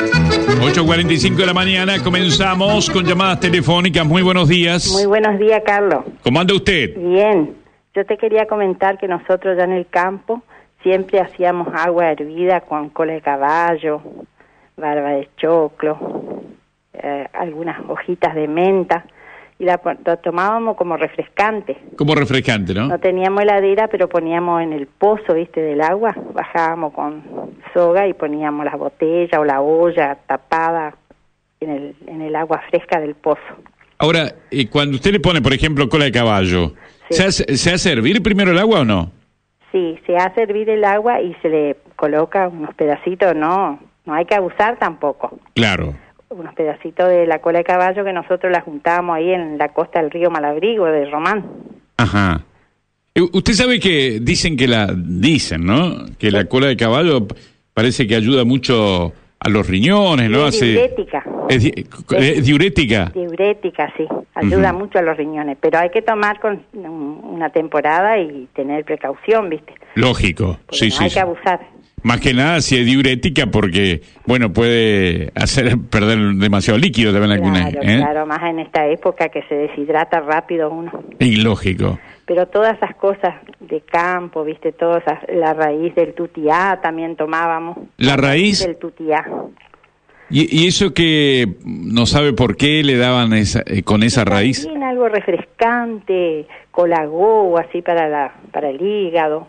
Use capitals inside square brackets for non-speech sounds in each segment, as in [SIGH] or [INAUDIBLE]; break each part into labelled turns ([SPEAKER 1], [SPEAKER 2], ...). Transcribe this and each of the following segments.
[SPEAKER 1] 8.45 de la mañana, comenzamos con llamadas telefónicas. Muy buenos días.
[SPEAKER 2] Muy buenos días, Carlos.
[SPEAKER 1] ¿Cómo anda usted?
[SPEAKER 2] Bien. Yo te quería comentar que nosotros ya en el campo siempre hacíamos agua hervida con cola de caballo, barba de choclo, eh, algunas hojitas de menta y la, pon- lo tomábamos como refrescante.
[SPEAKER 1] Como refrescante, ¿no?
[SPEAKER 2] No teníamos heladera, pero poníamos en el pozo, viste, del agua, bajábamos con soga y poníamos la botella o la olla tapada en el, en el agua fresca del pozo.
[SPEAKER 1] Ahora, y cuando usted le pone, por ejemplo, cola de caballo,
[SPEAKER 2] Sí.
[SPEAKER 1] ¿se, hace, se hace hervir primero el agua o no?
[SPEAKER 2] Sí, se hace hervir el agua y se le coloca unos pedacitos, no, no hay que abusar tampoco.
[SPEAKER 1] Claro.
[SPEAKER 2] Unos pedacitos de la cola de caballo que nosotros la juntábamos ahí en la costa del río Malabrigo de Román.
[SPEAKER 1] Ajá. Eh, Usted sabe que dicen que la, dicen, ¿no? Que la cola de caballo p- parece que ayuda mucho a los riñones, ¿no?
[SPEAKER 2] Es
[SPEAKER 1] Hace-
[SPEAKER 2] diurética.
[SPEAKER 1] Es, di- es diurética.
[SPEAKER 2] Diurética, sí, ayuda
[SPEAKER 1] Ujú.
[SPEAKER 2] mucho a los riñones, pero hay que tomar con un- una temporada y tener precaución, ¿viste?
[SPEAKER 1] Lógico.
[SPEAKER 2] Porque
[SPEAKER 1] Sí,
[SPEAKER 2] no
[SPEAKER 1] sí.
[SPEAKER 2] hay
[SPEAKER 1] sí. Eh,
[SPEAKER 2] que abusar.
[SPEAKER 1] Más que nada si es diurética porque, bueno, puede hacer perder demasiado líquido también alguna.
[SPEAKER 2] claro,
[SPEAKER 1] ¿eh?
[SPEAKER 2] claro, más en esta época que se deshidrata rápido uno.
[SPEAKER 1] Y lógico.
[SPEAKER 2] pero todas esas cosas de campo, viste, todas esas- la raíz del tutiá también tomábamos.
[SPEAKER 1] La raíz,
[SPEAKER 2] Del tutiá.
[SPEAKER 1] y, y eso que no sabe por qué le daban esa, eh, con esa raíz.
[SPEAKER 2] También algo refrescante, colagó, así para, la, para el hígado.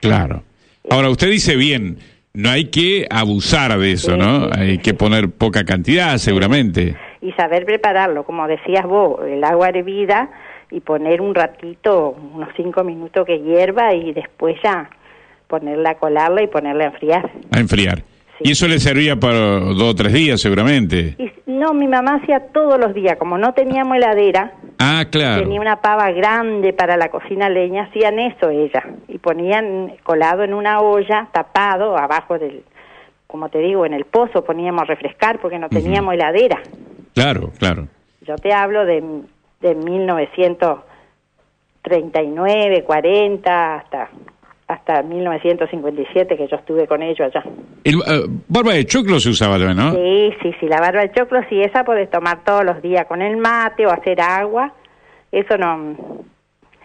[SPEAKER 1] Claro. Ahora, usted dice bien, no hay que abusar de eso,
[SPEAKER 2] Sí,
[SPEAKER 1] ¿no?
[SPEAKER 2] sí, sí,
[SPEAKER 1] Hay que poner poca cantidad, seguramente.
[SPEAKER 2] Y saber prepararlo, como decías vos, el agua hervida y poner un ratito, unos cinco minutos que hierva y después ya ponerla a colarla y ponerla a enfriar.
[SPEAKER 1] A enfriar.
[SPEAKER 2] Sí.
[SPEAKER 1] Y eso le servía para dos o tres días, seguramente.
[SPEAKER 2] Y s- no, mi mamá hacía todos los días, como no teníamos heladera,
[SPEAKER 1] Ah, claro.
[SPEAKER 2] Tenía una pava grande para la cocina leña, hacían eso ella. Y ponían colado en una olla, tapado, abajo del, como te digo, en el pozo poníamos a refrescar porque no teníamos heladera.
[SPEAKER 1] Claro, claro.
[SPEAKER 2] Yo te hablo de, de 1939, 40, hasta, hasta 1957 que yo estuve con ellos allá.
[SPEAKER 1] El, eh, barba de choclo se usaba también, ¿no?
[SPEAKER 2] Sí, sí, sí, la barba de choclo, sí, esa podés tomar todos los días con el mate o hacer agua. Eso no.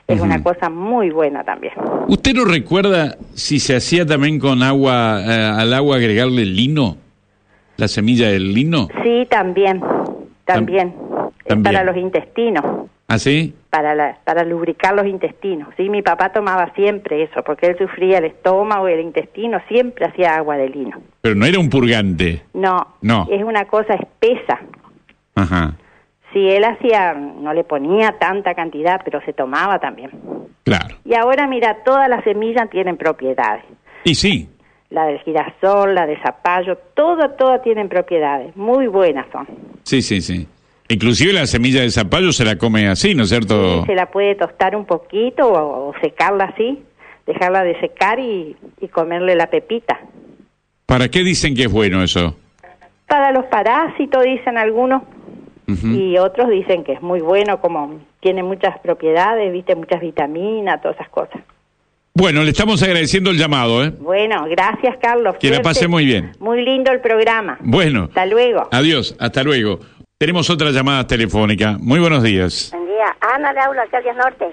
[SPEAKER 2] Es
[SPEAKER 1] Ujú.
[SPEAKER 2] una cosa muy buena también.
[SPEAKER 1] ¿Usted no recuerda si se hacía también con agua, eh, al agua agregarle lino? La semilla del lino.
[SPEAKER 2] Sí, también, también. Es
[SPEAKER 1] también.
[SPEAKER 2] para los intestinos,
[SPEAKER 1] ¿Así?
[SPEAKER 2] para, la- para lubricar los intestinos. Sí, mi papá tomaba siempre eso, porque él sufría el estómago y el intestino, siempre hacía agua de lino.
[SPEAKER 1] Pero no era un purgante.
[SPEAKER 2] No,
[SPEAKER 1] No.
[SPEAKER 2] es una cosa espesa.
[SPEAKER 1] Ajá.
[SPEAKER 2] Sí, él hacía, no le ponía tanta cantidad, pero se tomaba también.
[SPEAKER 1] Claro.
[SPEAKER 2] Y ahora mira, todas las semillas tienen propiedades.
[SPEAKER 1] Y sí.
[SPEAKER 2] La del girasol, la del zapallo, todo, todo tienen propiedades. Muy buenas son.
[SPEAKER 1] Sí, sí, sí. Inclusive la semilla del zapallo se la come así, ¿no es cierto?
[SPEAKER 2] Se la puede tostar un poquito o, o secarla así, dejarla de secar y, y comerle la pepita.
[SPEAKER 1] ¿Para qué dicen que es bueno eso?
[SPEAKER 2] Para los parásitos, dicen algunos,
[SPEAKER 1] Ujú.
[SPEAKER 2] y otros dicen que es muy bueno, como tiene muchas propiedades, viste, muchas vitaminas, todas esas cosas.
[SPEAKER 1] Bueno, le estamos agradeciendo el llamado, ¿eh?
[SPEAKER 2] Bueno, gracias, Carlos.
[SPEAKER 1] Que la
[SPEAKER 2] Suerte.
[SPEAKER 1] pase muy bien.
[SPEAKER 2] Muy lindo el programa.
[SPEAKER 1] Bueno.
[SPEAKER 2] Hasta luego.
[SPEAKER 1] Adiós, hasta luego. Tenemos otra llamada telefónica. Muy buenos días.
[SPEAKER 3] Buen día. Ana le hablo, Alcaldía Norte.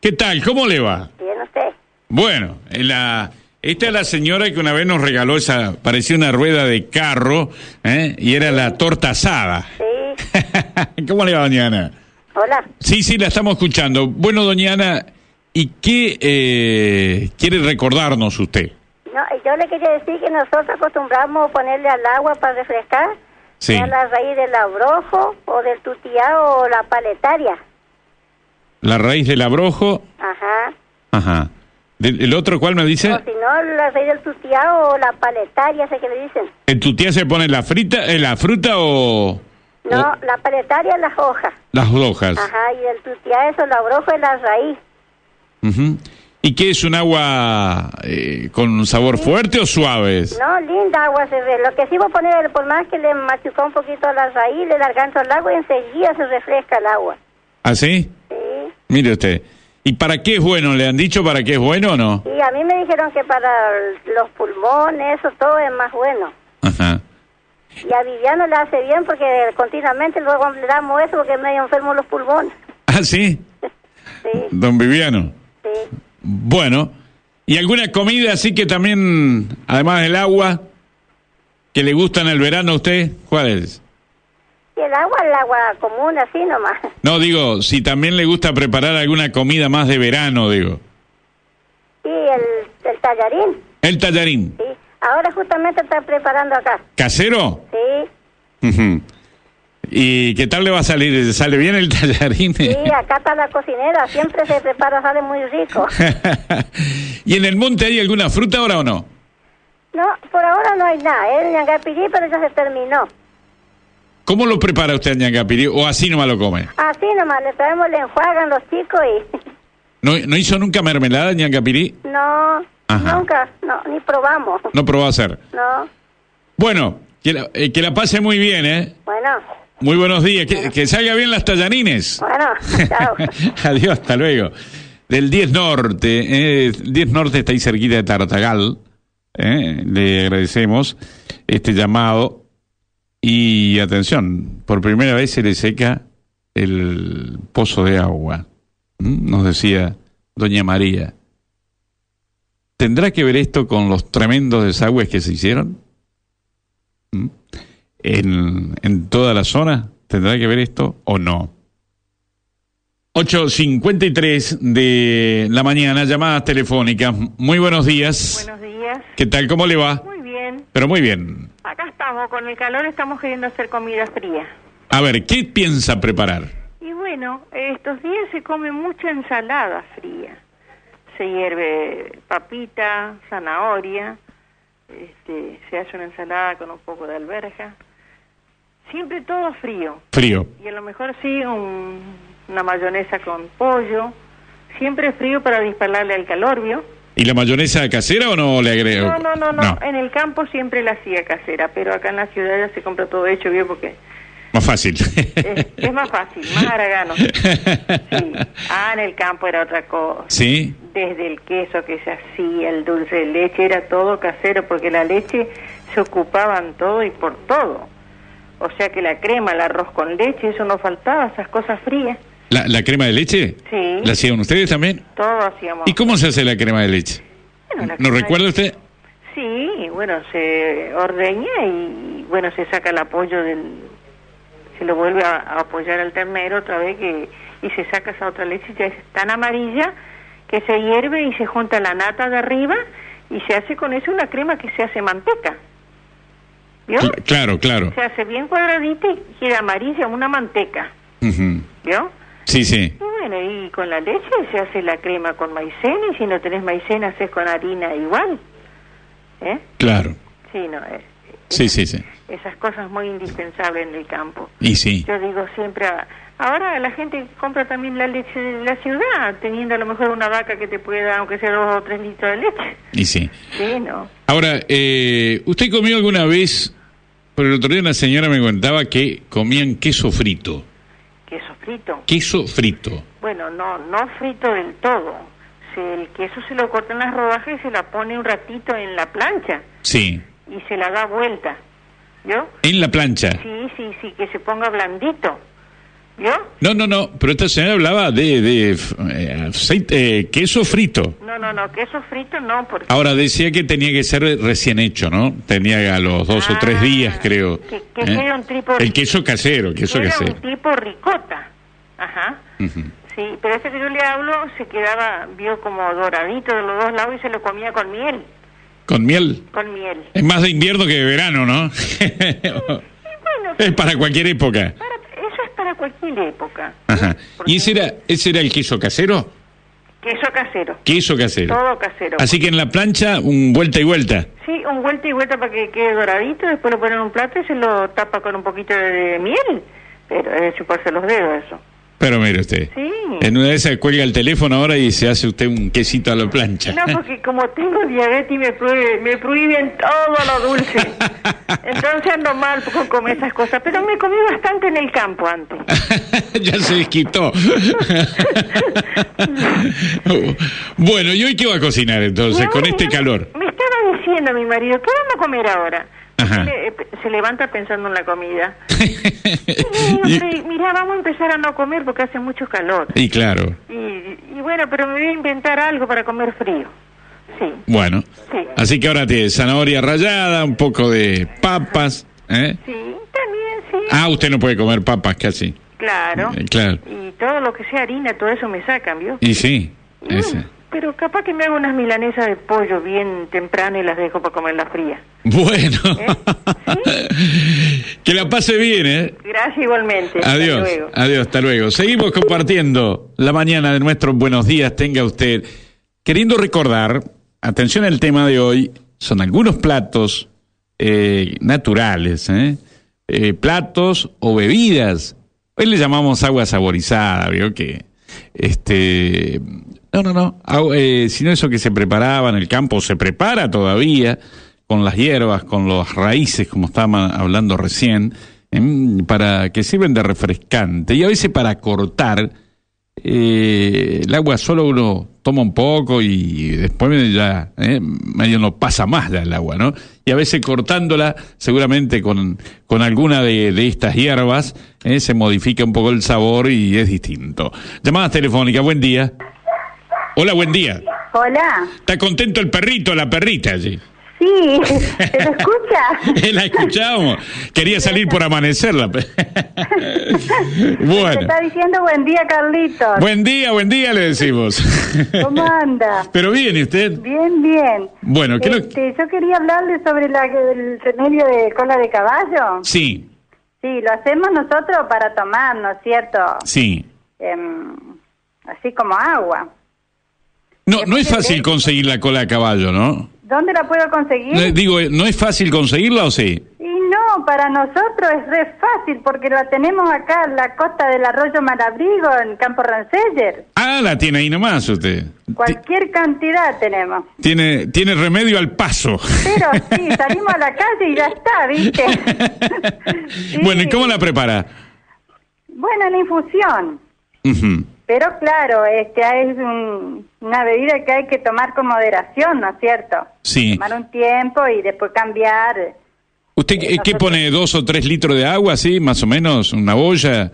[SPEAKER 1] ¿Qué tal? ¿Cómo le va?
[SPEAKER 3] Bien, usted.
[SPEAKER 1] Bueno, eh, la, esta es la señora que una vez nos regaló esa, parecía una rueda de carro, ¿eh? y era la torta asada.
[SPEAKER 3] Sí.
[SPEAKER 1] [LAUGHS] ¿Cómo le va, doña Ana?
[SPEAKER 3] Hola.
[SPEAKER 1] Sí, sí, la estamos escuchando. Bueno, doña Ana, ¿y qué eh, quiere recordarnos usted?
[SPEAKER 3] No, eh, yo le quería decir que nosotros acostumbramos ponerle al agua para refrescar
[SPEAKER 1] Sí.
[SPEAKER 3] a la raíz del abrojo o del tutiá o la paletaria.
[SPEAKER 1] La raíz del abrojo,
[SPEAKER 3] Ajá.
[SPEAKER 1] ajá. Del- ¿El otro cuál me dice?
[SPEAKER 3] O si no, la raíz del tutiá o la paletaria, sé que le dicen.
[SPEAKER 1] ¿En tu tía se pone la frita, eh, la fruta o,
[SPEAKER 3] No,
[SPEAKER 1] o
[SPEAKER 3] la paletaria es las hojas.
[SPEAKER 1] las Eh. hojas?
[SPEAKER 3] Ajá, y el tutiá eso, el abrojo es la raíz.
[SPEAKER 1] Ujú. ¿Y qué es un agua eh, con un sabor fuerte o suave?
[SPEAKER 3] No, linda agua se ve. Lo que sí voy a poner, por más que le machucó un poquito la raíz, le largando el agua y enseguida se refresca el agua.
[SPEAKER 1] ¿Así?
[SPEAKER 3] Sí.
[SPEAKER 1] ¿Ah, Mire usted. ¿Y para qué es bueno? ¿Le han dicho para qué es bueno o no?
[SPEAKER 3] Y a mí me dijeron que para los pulmones, eso todo es más bueno.
[SPEAKER 1] Ajá.
[SPEAKER 3] Y a Viviana le hace bien porque continuamente luego le damos eso porque medio enfermo los pulmones.
[SPEAKER 1] Ah, sí.
[SPEAKER 3] Sí,
[SPEAKER 1] Don Viviano.
[SPEAKER 3] sí.
[SPEAKER 1] Bueno. ¿Y alguna comida así que también, además del agua, que le gusta en el verano a usted? ¿Cuál es?
[SPEAKER 3] Y el agua, el agua común, así nomás.
[SPEAKER 1] No, digo, si también le gusta preparar alguna comida más de verano, digo.
[SPEAKER 3] Y el, el tallarín,
[SPEAKER 1] El tallarín.
[SPEAKER 3] sí. Ahora justamente están preparando acá,
[SPEAKER 1] ¿Casero?
[SPEAKER 3] sí.
[SPEAKER 1] Ujú. ¿Y qué tal le va a salir? ¿Sale bien el tallarín?
[SPEAKER 3] Sí, acá está la cocinera, siempre se prepara, sale muy rico.
[SPEAKER 1] ¿Y en el monte hay alguna fruta ahora o no?
[SPEAKER 3] No, por ahora no hay nada, ¿eh? el ñangapirí, pero ya se terminó.
[SPEAKER 1] ¿Cómo lo prepara usted, ñangapirí? ¿O así nomás lo come?
[SPEAKER 3] Así nomás, le traemos, le enjuagan los chicos y... [LAUGHS]
[SPEAKER 1] ¿No, no hizo nunca mermelada, ñangapirí?
[SPEAKER 3] No,
[SPEAKER 1] Ajá.
[SPEAKER 3] nunca, no, ni probamos.
[SPEAKER 1] No probó a hacer.
[SPEAKER 3] No,
[SPEAKER 1] Bueno, que la, eh, que la pase muy bien, ¿eh?
[SPEAKER 3] bueno,
[SPEAKER 1] Muy buenos días. Que, que salga bien las tallarines.
[SPEAKER 3] bueno, chao.
[SPEAKER 1] [LAUGHS] Adiós, hasta luego. Del 10 Norte, eh, el 10 Norte está ahí cerquita de Tartagal. eh, le agradecemos este llamado. Y atención, por primera vez se le seca el pozo de agua. ¿Mm? Nos decía Doña María. ¿Tendrá que ver esto con los tremendos desagües que se hicieron? ¿Mm? ¿En, en toda la zona? ¿Tendrá que ver esto o no? 8.53 de la mañana, llamadas telefónicas. Muy buenos días.
[SPEAKER 4] Buenos días.
[SPEAKER 1] ¿Qué tal? ¿Cómo le va?
[SPEAKER 4] Muy bien.
[SPEAKER 1] Pero muy bien.
[SPEAKER 4] Acá estamos, con el calor estamos queriendo hacer comida fría.
[SPEAKER 1] A ver, ¿qué piensa preparar?
[SPEAKER 4] Y bueno, estos días se come mucha ensalada fría. Se hierve papita, zanahoria, este, se hace una ensalada con un poco de alberja. Siempre todo frío.
[SPEAKER 1] Frío.
[SPEAKER 4] Y a lo mejor sí un- una mayonesa con pollo. Siempre frío para dispararle al calor, ¿vio?
[SPEAKER 1] ¿Y la mayonesa casera o no le agrego?
[SPEAKER 4] No, no, no, no, En el campo siempre la hacía casera, pero acá en la ciudad ya se compra todo hecho, bien, porque
[SPEAKER 1] Más fácil.
[SPEAKER 4] es, es más fácil,
[SPEAKER 1] [LAUGHS]
[SPEAKER 4] más aragano. Sí. Ah, en el campo era otra cosa.
[SPEAKER 1] [LAUGHS] ¿Sí?
[SPEAKER 4] Desde el queso que se hacía, el dulce de leche, era todo casero, porque la leche se ocupaban todo y por todo. O sea que la crema, el arroz con leche, eso no faltaba, esas cosas frías.
[SPEAKER 1] ¿La, la crema de leche?
[SPEAKER 4] Sí.
[SPEAKER 1] ¿La hacían ustedes también?
[SPEAKER 4] Todo hacíamos.
[SPEAKER 1] ¿Y cómo se hace la crema de leche?
[SPEAKER 4] Bueno, la
[SPEAKER 1] ¿No
[SPEAKER 4] crema de-
[SPEAKER 1] recuerda usted?
[SPEAKER 4] Sí, y bueno, se ordeña y bueno, se saca el apoyo del... Se lo vuelve a, a apoyar al ternero otra vez que, y se saca esa otra leche ya es tan amarilla que se hierve y se junta la nata de arriba y se hace con eso una crema que se hace manteca. ¿Vio?
[SPEAKER 1] Cl- claro, claro.
[SPEAKER 4] Se hace bien cuadradita y queda amarilla, una manteca.
[SPEAKER 1] Ujú.
[SPEAKER 4] ¿Vio?
[SPEAKER 1] Sí, sí.
[SPEAKER 4] Y bueno, y con la leche se hace la crema con maicena y si no tenés maicena haces con harina igual. ¿Eh?
[SPEAKER 1] Claro.
[SPEAKER 4] Sí, no, eh,
[SPEAKER 1] Sí, sí, sí.
[SPEAKER 4] esas cosas muy indispensables en el campo.
[SPEAKER 1] Y sí.
[SPEAKER 4] Yo digo siempre, a- ahora la gente compra también la leche de la ciudad, teniendo a lo mejor una vaca que te pueda, aunque sea dos o tres litros de leche.
[SPEAKER 1] Y sí.
[SPEAKER 4] Sí, no.
[SPEAKER 1] Ahora, eh, ¿usted comió alguna vez? Pero el otro día una señora me contaba que comían queso frito.
[SPEAKER 4] Queso frito.
[SPEAKER 1] Queso frito.
[SPEAKER 4] Bueno, no, no frito del todo. Se- el queso se lo corta en las rodajas y se la pone un ratito en la plancha
[SPEAKER 1] Sí.
[SPEAKER 4] y se la da vuelta. ¿Yo?
[SPEAKER 1] En la plancha.
[SPEAKER 4] Sí, sí, sí, que se ponga blandito. ¿Yo?
[SPEAKER 1] No, no, no. Pero esta señora hablaba de, de, f- eh, aceite, eh, queso frito.
[SPEAKER 4] No, no, no, queso frito no, porque...
[SPEAKER 1] Ahora decía que tenía que ser recién hecho, ¿no? Tenía a los dos o tres
[SPEAKER 4] Ah,
[SPEAKER 1] días, creo.
[SPEAKER 4] que- que sea un tipo-
[SPEAKER 1] ¿Eh? El queso casero, queso
[SPEAKER 4] era
[SPEAKER 1] casero.
[SPEAKER 4] un tipo ricota. Ajá.
[SPEAKER 1] Ujú.
[SPEAKER 4] Sí, pero ese que yo le hablo se quedaba, vio como doradito de los dos lados y se lo comía con miel.
[SPEAKER 1] Con miel.
[SPEAKER 4] Con miel.
[SPEAKER 1] Es más de invierno que de verano, ¿no? [LAUGHS]
[SPEAKER 4] Y bueno,
[SPEAKER 1] es para cualquier época.
[SPEAKER 4] para- eso es para cualquier época.
[SPEAKER 1] Ajá.
[SPEAKER 4] Porque
[SPEAKER 1] ¿Y ese era, ese era el queso casero?
[SPEAKER 4] Queso casero.
[SPEAKER 1] Queso casero.
[SPEAKER 4] Todo casero.
[SPEAKER 1] Así que en la plancha, un vuelta y vuelta.
[SPEAKER 4] Sí, un vuelta y vuelta para que quede doradito, después lo ponen en un plato y se lo tapa con un poquito de, de miel. Pero es de chuparse los dedos eso.
[SPEAKER 1] Pero mire usted.
[SPEAKER 4] Sí.
[SPEAKER 1] En una de esas cuelga el teléfono ahora y se hace usted un quesito a la plancha.
[SPEAKER 4] No,
[SPEAKER 1] [LAUGHS]
[SPEAKER 4] pues porque como tengo diabetes y me, prohíbe- me prohíben todo lo dulce. Entonces ando mal con comer esas cosas. Pero me comí bastante en el campo antes.
[SPEAKER 1] ya se
[SPEAKER 4] [LAUGHS]
[SPEAKER 1] desquitó. [LAUGHS] bueno, ¿y hoy qué va a cocinar
[SPEAKER 4] Y
[SPEAKER 1] entonces
[SPEAKER 4] ahora
[SPEAKER 1] con este
[SPEAKER 4] ya me-
[SPEAKER 1] calor? este
[SPEAKER 4] Me estaba diciendo mi marido, ¿qué vamos a comer ahora?
[SPEAKER 1] Ajá.
[SPEAKER 4] Le- eh, se levanta pensando en la comida. Y, yo le digo, mira, vamos a empezar a no comer porque hace mucho calor.
[SPEAKER 1] y claro,
[SPEAKER 4] Y, y bueno, pero me voy a inventar algo para comer frío. Sí,
[SPEAKER 1] bueno.
[SPEAKER 4] sí,
[SPEAKER 1] Así que ahora tiene zanahoria rallada, un poco de papas. ¿eh?
[SPEAKER 4] sí, también sí,
[SPEAKER 1] Ah, usted no puede comer papas casi.
[SPEAKER 4] claro.
[SPEAKER 1] Eh, claro.
[SPEAKER 4] Y todo lo que sea harina, todo eso me sacan, ¿vio?
[SPEAKER 1] Y sí,
[SPEAKER 4] Y bueno,
[SPEAKER 1] ese.
[SPEAKER 4] pero capaz que me hago unas milanesas de pollo bien temprano y las dejo para comerlas frías.
[SPEAKER 1] Bueno. [LAUGHS]
[SPEAKER 4] ¿Eh?
[SPEAKER 1] que la pase bien, ¿eh?
[SPEAKER 4] Gracias igualmente. Hasta
[SPEAKER 1] Adiós,
[SPEAKER 4] luego.
[SPEAKER 1] adiós, hasta luego. Seguimos compartiendo la mañana de nuestros buenos días, tenga usted. Queriendo recordar, atención al tema de hoy, son algunos platos eh, naturales, ¿eh? Eh, platos o bebidas. Hoy le llamamos agua saborizada, vio que, este, no, no, no, agua- eh, sino eso que se preparaba en el campo, se prepara todavía con las hierbas, con las raíces, como estábamos hablando recién, em, para que sirven de refrescante y a veces para cortar eh, el agua solo uno toma un poco y después ya eh, medio no pasa más ya el agua, ¿no? Y a veces cortándola, seguramente con, con alguna de, de estas hierbas, eh, se modifica un poco el sabor y es distinto. Llamadas telefónicas, buen día. Hola, buen día.
[SPEAKER 3] Hola.
[SPEAKER 1] ¿Está contento el perrito, la perrita [LAUGHS] allí?
[SPEAKER 3] Sí, ¿se me escucha?
[SPEAKER 1] la escuchamos. Quería salir por amanecer. la pe-
[SPEAKER 3] Te
[SPEAKER 1] [LAUGHS] bueno.
[SPEAKER 3] está diciendo buen día, Carlitos.
[SPEAKER 1] Buen día, buen día, le decimos.
[SPEAKER 3] ¿Cómo anda?
[SPEAKER 1] [LAUGHS] Pero bien, ¿y usted?
[SPEAKER 3] Bien, bien.
[SPEAKER 1] Bueno, ¿qué lo-
[SPEAKER 3] Este, Yo quería hablarle sobre la- el remedio de cola de caballo.
[SPEAKER 1] Sí,
[SPEAKER 3] Sí, lo hacemos nosotros para tomar, ¿no es cierto?
[SPEAKER 1] sí.
[SPEAKER 3] Em, así como agua.
[SPEAKER 1] No, no es fácil conseguir la cola de caballo, ¿no?
[SPEAKER 3] ¿Dónde la
[SPEAKER 1] No,
[SPEAKER 3] puedo
[SPEAKER 1] eh,
[SPEAKER 3] conseguir?
[SPEAKER 1] Digo, eh, ¿no es fácil conseguirla o sí?
[SPEAKER 3] Y no, para nosotros es re fácil porque la tenemos acá en la costa del arroyo Marabrigo, en Campo Ranceller.
[SPEAKER 1] Ah, la tiene ahí nomás usted. Ti-
[SPEAKER 3] Cualquier cantidad tenemos.
[SPEAKER 1] Tiene, tiene remedio al paso.
[SPEAKER 3] Pero sí, salimos a la calle y ya está, ¿viste? Sí.
[SPEAKER 1] Bueno, ¿y cómo la prepara?
[SPEAKER 3] Bueno, la infusión.
[SPEAKER 1] Ujú.
[SPEAKER 3] Pero claro, este es un- una bebida que hay que tomar con moderación, ¿no es cierto?
[SPEAKER 1] Sí.
[SPEAKER 3] Tomar un tiempo y después cambiar.
[SPEAKER 1] ¿Usted qué, qué pone? ¿Dos o tres litros de agua, sí? Más o menos, una olla.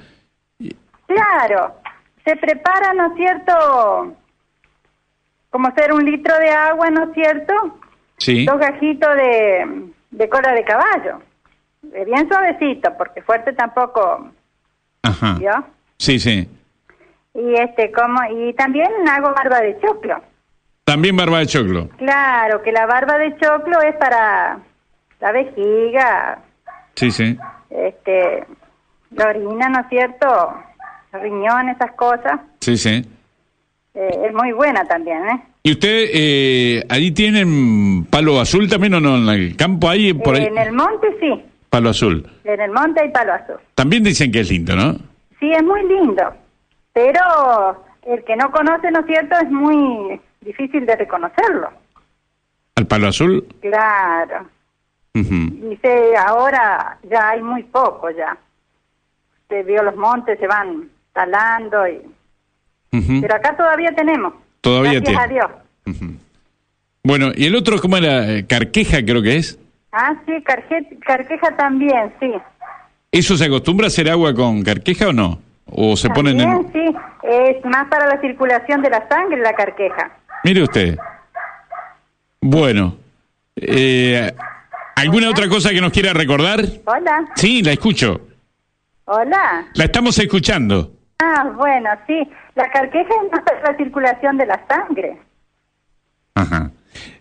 [SPEAKER 3] Claro, se prepara, ¿no es cierto? Como hacer un litro de agua, ¿no es cierto?
[SPEAKER 1] Sí.
[SPEAKER 3] Dos gajitos de, de cola de caballo. Eh, Bien suavecito, porque fuerte tampoco,
[SPEAKER 1] Ajá.
[SPEAKER 3] ¿vio?
[SPEAKER 1] Sí, sí.
[SPEAKER 3] Y este como y también hago barba de choclo.
[SPEAKER 1] También barba de choclo.
[SPEAKER 3] Claro, que la barba de choclo es para la vejiga,
[SPEAKER 1] Sí, sí.
[SPEAKER 3] este, la orina, ¿no es cierto? Los riñones, esas cosas.
[SPEAKER 1] Sí, sí.
[SPEAKER 3] Eh, es muy buena también, ¿eh?
[SPEAKER 1] ¿Y usted, eh, allí tienen palo azul también o no? ¿En el campo ahí, por ahí?
[SPEAKER 3] En el monte sí,
[SPEAKER 1] Palo azul.
[SPEAKER 3] en el monte hay palo azul.
[SPEAKER 1] También dicen que es lindo, ¿no?
[SPEAKER 3] Sí, es muy lindo, pero el que no conoce, ¿no es cierto? Es muy difícil de reconocerlo.
[SPEAKER 1] Al palo azul.
[SPEAKER 3] Claro.
[SPEAKER 1] Ujú.
[SPEAKER 3] Dice, ahora ya hay muy poco ya. Se vio los montes, se van talando, y...
[SPEAKER 1] Ujú.
[SPEAKER 3] pero acá todavía tenemos.
[SPEAKER 1] Mm. Todavía
[SPEAKER 3] Gracias
[SPEAKER 1] tiene.
[SPEAKER 3] a Dios.
[SPEAKER 1] Ujú. Bueno, ¿y el otro cómo era? Eh, Carqueja creo que es.
[SPEAKER 3] Ah, sí, carje- carqueja también, sí.
[SPEAKER 1] ¿Eso se acostumbra a hacer agua con carqueja o no? ¿O se ponen
[SPEAKER 3] También,
[SPEAKER 1] en...?
[SPEAKER 3] sí, es más para la circulación de la sangre la carqueja.
[SPEAKER 1] Mire usted. Bueno. eh, ¿Alguna otra cosa que nos quiera recordar?
[SPEAKER 3] Hola,
[SPEAKER 1] Sí, la escucho.
[SPEAKER 3] hola.
[SPEAKER 1] La estamos escuchando.
[SPEAKER 3] Ah, bueno, sí, la carqueja es más para la circulación de la sangre.
[SPEAKER 1] Ajá.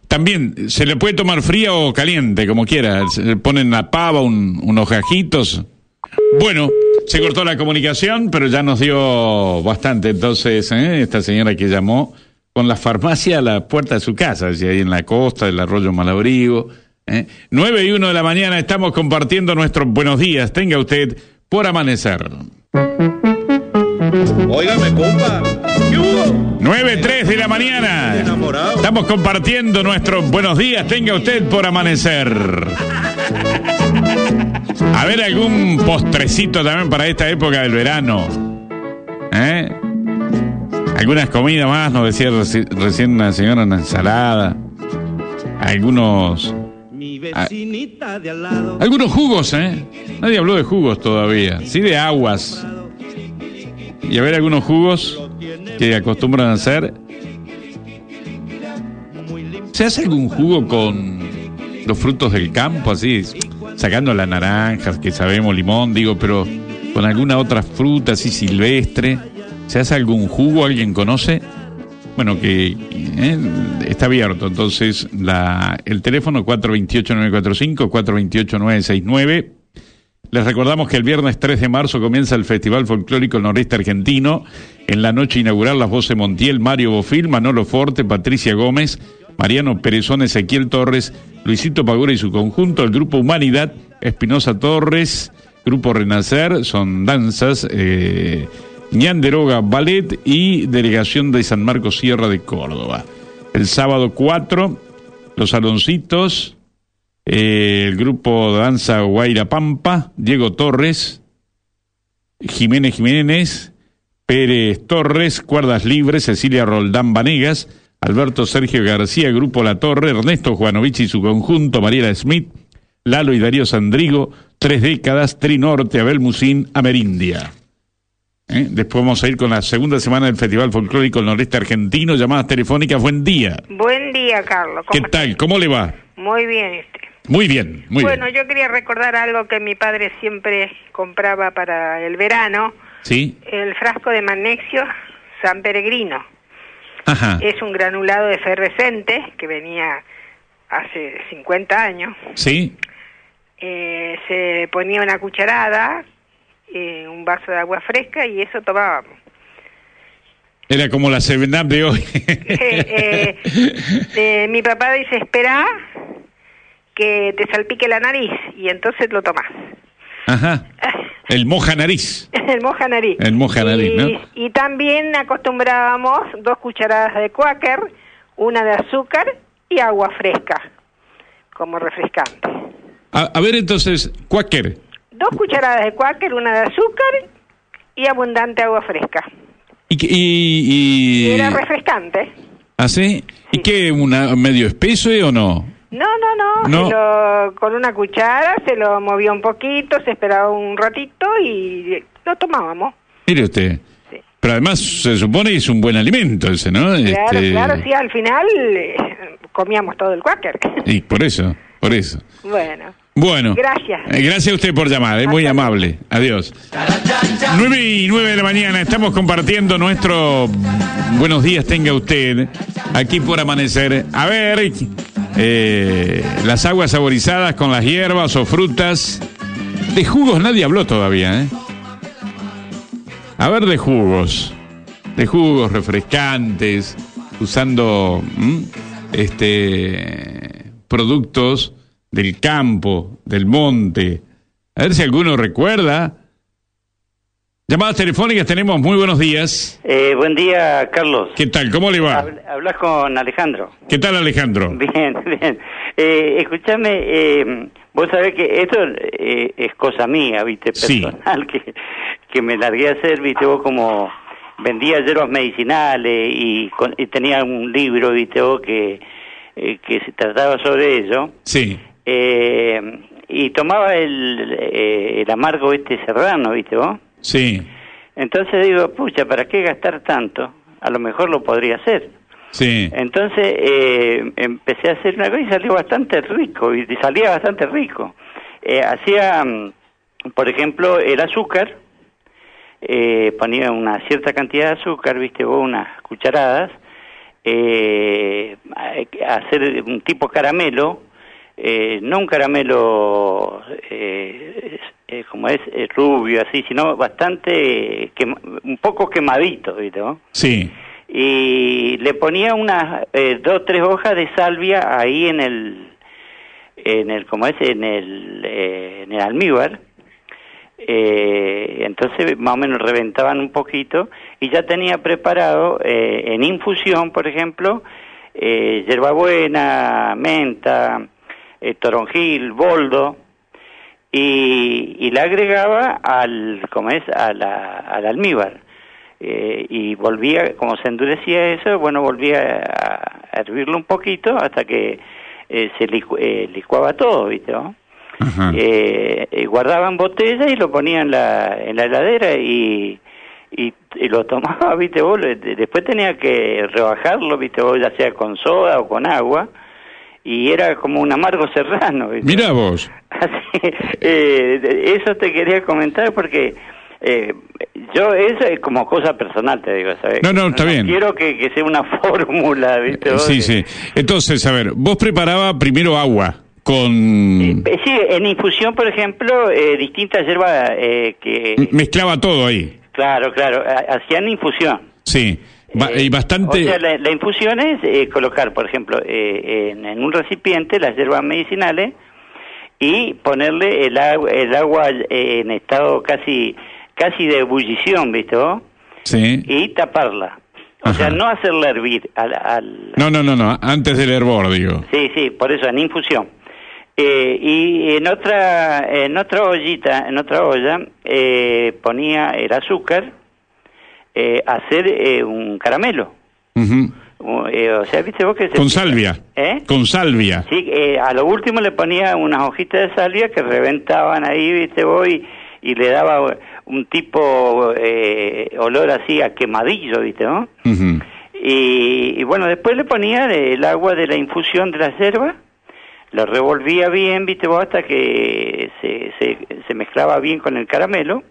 [SPEAKER 1] También se le puede tomar fría o caliente, como quiera. Se le ponen la pava, un- unos gajitos. Bueno, se cortó la comunicación, pero ya nos dio bastante. Entonces, ¿eh? esta señora que llamó con la farmacia a la puerta de su casa, allí ahí en la costa del arroyo Malabrigo. ¿eh? 9 y 1 de la mañana estamos compartiendo nuestros buenos días. Tenga usted por amanecer.
[SPEAKER 5] Óigame, compa. ¿Qué hubo?
[SPEAKER 1] 9.3 de la mañana.
[SPEAKER 5] Enamorado.
[SPEAKER 1] Estamos compartiendo nuestros buenos días. Tenga usted por amanecer. A ver, algún postrecito también para esta época del verano. ¿Eh? Algunas comidas más, nos decía reci- recién una señora, una ensalada. Algunos Ah. Algunos jugos, ¿eh? Nadie habló de jugos todavía, sí de aguas. Y a ver algunos jugos que acostumbran a hacer. ¿Se hace algún jugo con los frutos del campo, así? Sacando las naranjas, que sabemos, limón, digo, pero con alguna otra fruta así silvestre. ¿Se hace algún jugo? ¿Alguien conoce? Bueno, que eh, está abierto entonces la, el teléfono 428-945, 428-969. Les recordamos que el viernes 3 de marzo comienza el Festival Folclórico Noreste Argentino. En la noche inaugural las voces Montiel, Mario Bofil, Manolo Forte, Patricia Gómez, Mariano Perezón, Ezequiel Torres, Luisito Pagura y su conjunto, el Grupo Humanidad, Espinosa Torres, Grupo Renacer, son danzas, eh, Ñanderoga Ballet y Delegación de San Marcos Sierra de Córdoba. El sábado 4, Los Aloncitos, eh, el grupo Danza Guaira Pampa, Diego Torres, Jiménez Jiménez, Pérez Torres, Cuerdas Libres, Cecilia Roldán Vanegas, Alberto Sergio García, Grupo La Torre, Ernesto Juanovich y su conjunto, Mariela Smith, Lalo y Darío Sandrigo, Tres Décadas, Trinorte, Abel Musín, Amerindia. ¿Eh? Después vamos a ir con la segunda semana del Festival Folclórico Noreste Argentino, llamadas telefónicas, buen día.
[SPEAKER 6] Buen día, Carlos.
[SPEAKER 1] ¿Qué tal? ¿Cómo le va?
[SPEAKER 6] Muy bien. Este.
[SPEAKER 1] Muy bien, muy
[SPEAKER 6] bueno,
[SPEAKER 1] bien.
[SPEAKER 6] yo quería recordar algo que mi padre siempre compraba para el verano,
[SPEAKER 1] ¿Sí?
[SPEAKER 6] el frasco de magnesio San Peregrino.
[SPEAKER 1] Ajá.
[SPEAKER 6] Es un granulado efervescente que venía hace 50 años.
[SPEAKER 1] ¿Sí?
[SPEAKER 6] Eh, se ponía una cucharada, eh, un vaso de agua fresca y eso tomábamos.
[SPEAKER 1] [LAUGHS] Era como la Seven Up de hoy. [LAUGHS]
[SPEAKER 6] Eh, eh, mi papá dice, espera que te salpique la nariz y entonces lo tomás.
[SPEAKER 1] Ajá. El moja nariz.
[SPEAKER 6] [LAUGHS] El moja nariz.
[SPEAKER 1] El moja nariz,
[SPEAKER 6] y,
[SPEAKER 1] ¿no?
[SPEAKER 6] y también acostumbrábamos dos cucharadas de cuáquer, una de azúcar y agua fresca, como refrescante.
[SPEAKER 1] A, a ver entonces, Quaker.
[SPEAKER 6] Dos cucharadas de cuáquer, una de azúcar y abundante agua fresca.
[SPEAKER 1] ¿Y, qué- y, y-
[SPEAKER 6] Era refrescante.
[SPEAKER 1] ¿Ah, sí? ¿Y qué? Una, ¿Medio espeso eh, o no?
[SPEAKER 6] No, no, no.
[SPEAKER 1] No.
[SPEAKER 6] se lo- con una cuchara se lo movió un poquito, se esperaba un ratito y lo tomábamos.
[SPEAKER 1] Mire usted.
[SPEAKER 6] Sí.
[SPEAKER 1] Pero además se supone que es un buen alimento ese, ¿no?
[SPEAKER 6] Claro,
[SPEAKER 1] Este,
[SPEAKER 6] claro, sí, al final eh, comíamos todo el cuáquer. [LAUGHS]
[SPEAKER 1] Y por eso, por eso.
[SPEAKER 6] bueno,
[SPEAKER 1] Bueno.
[SPEAKER 6] Gracias.
[SPEAKER 1] Eh, Gracias a usted por llamar, es muy amable. Adiós. 9 y 9 de la mañana, estamos compartiendo nuestro Buenos días tenga usted aquí por amanecer. A ver, eh, las aguas saborizadas con las hierbas o frutas. De jugos nadie habló todavía, ¿eh? A ver de jugos. De jugos refrescantes, usando ¿m? este productos del campo, del monte. A ver si alguno recuerda. Llamadas telefónicas tenemos, muy buenos días.
[SPEAKER 7] Eh, buen día, Carlos.
[SPEAKER 1] ¿Qué tal? ¿Cómo le va?
[SPEAKER 7] Habl- Hablas con Alejandro. [LAUGHS]
[SPEAKER 1] ¿Qué tal Alejandro?
[SPEAKER 7] Bien, bien. Eh, escúchame, eh, vos sabés que esto eh, es cosa mía, viste,
[SPEAKER 1] Sí.
[SPEAKER 7] personal, [LAUGHS] que, que me largué a hacer, viste, vos como vendía hierbas medicinales y, con- y tenía un libro, viste, vos que, eh, que se trataba sobre ello.
[SPEAKER 1] Sí.
[SPEAKER 7] Eh, y tomaba el, eh, el amargo este serrano, viste, vos.
[SPEAKER 1] Sí,
[SPEAKER 7] Entonces digo, pucha, ¿para qué gastar tanto? A lo mejor lo podría hacer.
[SPEAKER 1] sí.
[SPEAKER 7] Entonces eh, empecé a hacer una cosa y salió bastante rico, y y salía bastante rico. Eh, hacía, mm, por ejemplo, el azúcar, eh, ponía una cierta cantidad de azúcar, viste vos, unas cucharadas, eh, a- hacer un tipo caramelo, eh, no un caramelo eh, es- eh, como es eh, rubio así, sino bastante, quem- un poco quemadito, viste vos
[SPEAKER 1] Sí.
[SPEAKER 7] y le ponía unas eh, dos tres hojas de salvia ahí en el en el como es en el eh, en el almíbar Eh, entonces más o menos reventaban un poquito y ya tenía preparado eh, en infusión por ejemplo eh, hierbabuena menta eh, toronjil boldo y, y la agregaba al como es a la- al almíbar Eh, y volvía como se endurecía eso bueno volvía a, a hervirlo un poquito hasta que eh, se licu- eh, licuaba todo, ¿viste? no?
[SPEAKER 1] Ajá.
[SPEAKER 7] Eh, eh, guardaban botellas y lo ponían en la, en la heladera y, y, y lo tomaba, [LAUGHS] viste vos, le- de- después tenía que rebajarlo, viste vos, ya sea con soda o con agua, y era como un amargo serrano, viste.
[SPEAKER 1] Mira vos.
[SPEAKER 7] [LAUGHS] Así, eh, de- eso te quería comentar porque eh, yo, eso es como cosa personal, te digo, ¿sabes?
[SPEAKER 1] No, no, está bien. Eh,
[SPEAKER 7] Quiero que, que sea una [LAUGHS] fórmula, viste vos,
[SPEAKER 1] Sí,
[SPEAKER 7] de-
[SPEAKER 1] sí. Entonces, a ver, vos preparaba primero agua con...
[SPEAKER 7] Eh, Sí, en infusión, por ejemplo, eh, distintas hierbas eh, que...
[SPEAKER 1] Mezclaba todo ahí.
[SPEAKER 7] Claro, claro, ha- hacían infusión.
[SPEAKER 1] Sí. Ba-
[SPEAKER 7] Eh,
[SPEAKER 1] y bastante...
[SPEAKER 7] O sea, la, la infusión es eh, colocar, por ejemplo, eh, en, en un recipiente las hierbas medicinales y ponerle el, agua- el agua eh, en estado casi casi de ebullición, ¿viste vos?
[SPEAKER 1] Sí.
[SPEAKER 7] Y taparla. O
[SPEAKER 1] Ajá.
[SPEAKER 7] sea, no hacerla hervir al... al-
[SPEAKER 1] No, no, no, no. Antes del hervor, digo.
[SPEAKER 7] Sí, sí, por eso, en infusión. Eh, y en otra, en otra ollita, en otra olla, eh, ponía el azúcar, eh, hacer eh, un caramelo.
[SPEAKER 1] Ujú.
[SPEAKER 7] O, eh, o sea, viste vos que se-
[SPEAKER 1] Con salvia.
[SPEAKER 7] ¿Eh?
[SPEAKER 1] Con salvia.
[SPEAKER 7] Sí, eh, a lo último le ponía unas hojitas de salvia que reventaban ahí, viste vos, y, y le daba un tipo eh, olor así a quemadillo, viste, ¿no?
[SPEAKER 1] Ujú.
[SPEAKER 7] Y, y bueno, después le ponía el agua de la infusión de la hierbas, lo revolvía bien, viste vos, hasta que se, se, se mezclaba bien con el caramelo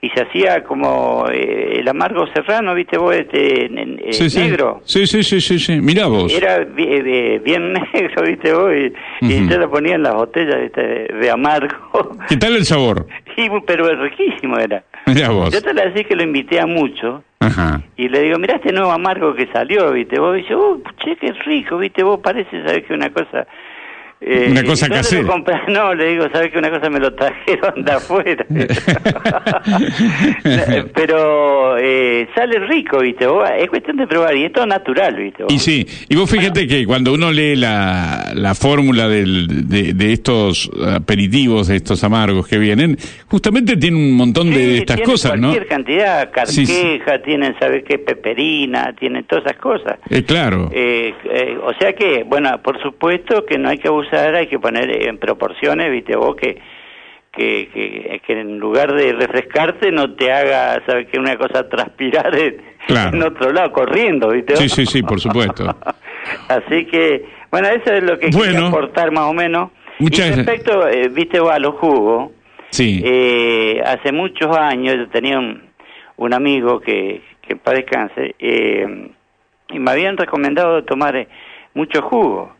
[SPEAKER 7] y se hacía como eh, el amargo serrano, viste vos, este, en- en- eh,
[SPEAKER 1] Sí, sí.
[SPEAKER 7] negro.
[SPEAKER 1] Sí, sí, sí, sí, sí. Mirá vos.
[SPEAKER 7] Era bi- eh, bien, [LAUGHS] negro, viste vos, y, y
[SPEAKER 1] Ujú.
[SPEAKER 7] yo lo ponía en las botellas ¿viste? de amargo, [LAUGHS]
[SPEAKER 1] ¿Qué tal el sabor?
[SPEAKER 7] y, pero riquísimo era.
[SPEAKER 1] Mirá vos.
[SPEAKER 7] Yo te la decía que lo invité a mucho,
[SPEAKER 1] Ajá.
[SPEAKER 7] y le digo, mirá este nuevo amargo que salió, ¿viste? Vos dice, oh, che, qué rico, ¿viste? Vos parece, ¿sabes que una cosa... eh,
[SPEAKER 1] Una cosa
[SPEAKER 7] ¿dónde lo
[SPEAKER 1] casera.
[SPEAKER 7] compras? [LAUGHS] No, le digo, ¿sabes que una cosa me lo trajeron
[SPEAKER 1] [LAUGHS]
[SPEAKER 7] de afuera? [LAUGHS] Pero eh, sale rico, ¿viste? Vos, es cuestión de probar, y es todo natural, ¿viste? Vos?
[SPEAKER 1] Y sí, y vos fíjate que cuando uno lee la, la fórmula del- de, de estos aperitivos, de estos amargos que vienen, justamente tiene un montón
[SPEAKER 7] Sí,
[SPEAKER 1] de estas
[SPEAKER 7] tiene
[SPEAKER 1] cosas, ¿no?
[SPEAKER 7] cualquier cantidad,
[SPEAKER 1] Sí,
[SPEAKER 7] carqueja,
[SPEAKER 1] sí.
[SPEAKER 7] tienen, ¿sabes qué? Peperina, tienen todas esas cosas.
[SPEAKER 1] Eh, claro.
[SPEAKER 7] Eh, eh, o sea que, bueno, por supuesto que no hay que abusar, hay que poner en proporciones, viste vos, que, que, que, que en lugar de refrescarte no te haga, ¿sabes que Una cosa transpirar en,
[SPEAKER 1] Claro.
[SPEAKER 7] en otro lado, corriendo, viste
[SPEAKER 1] Sí,
[SPEAKER 7] vos?
[SPEAKER 1] sí, sí, por
[SPEAKER 7] [LAUGHS]
[SPEAKER 1] supuesto.
[SPEAKER 7] Así que, bueno, eso es lo que
[SPEAKER 1] Bueno.
[SPEAKER 7] quería aportar más o menos.
[SPEAKER 1] Muchas
[SPEAKER 7] y
[SPEAKER 1] gracias.
[SPEAKER 7] respecto, eh, viste vos, a los jugos,
[SPEAKER 1] sí.
[SPEAKER 7] eh, hace muchos años yo tenía un, un amigo que, que en paz descanse eh, y me habían recomendado tomar eh, mucho jugo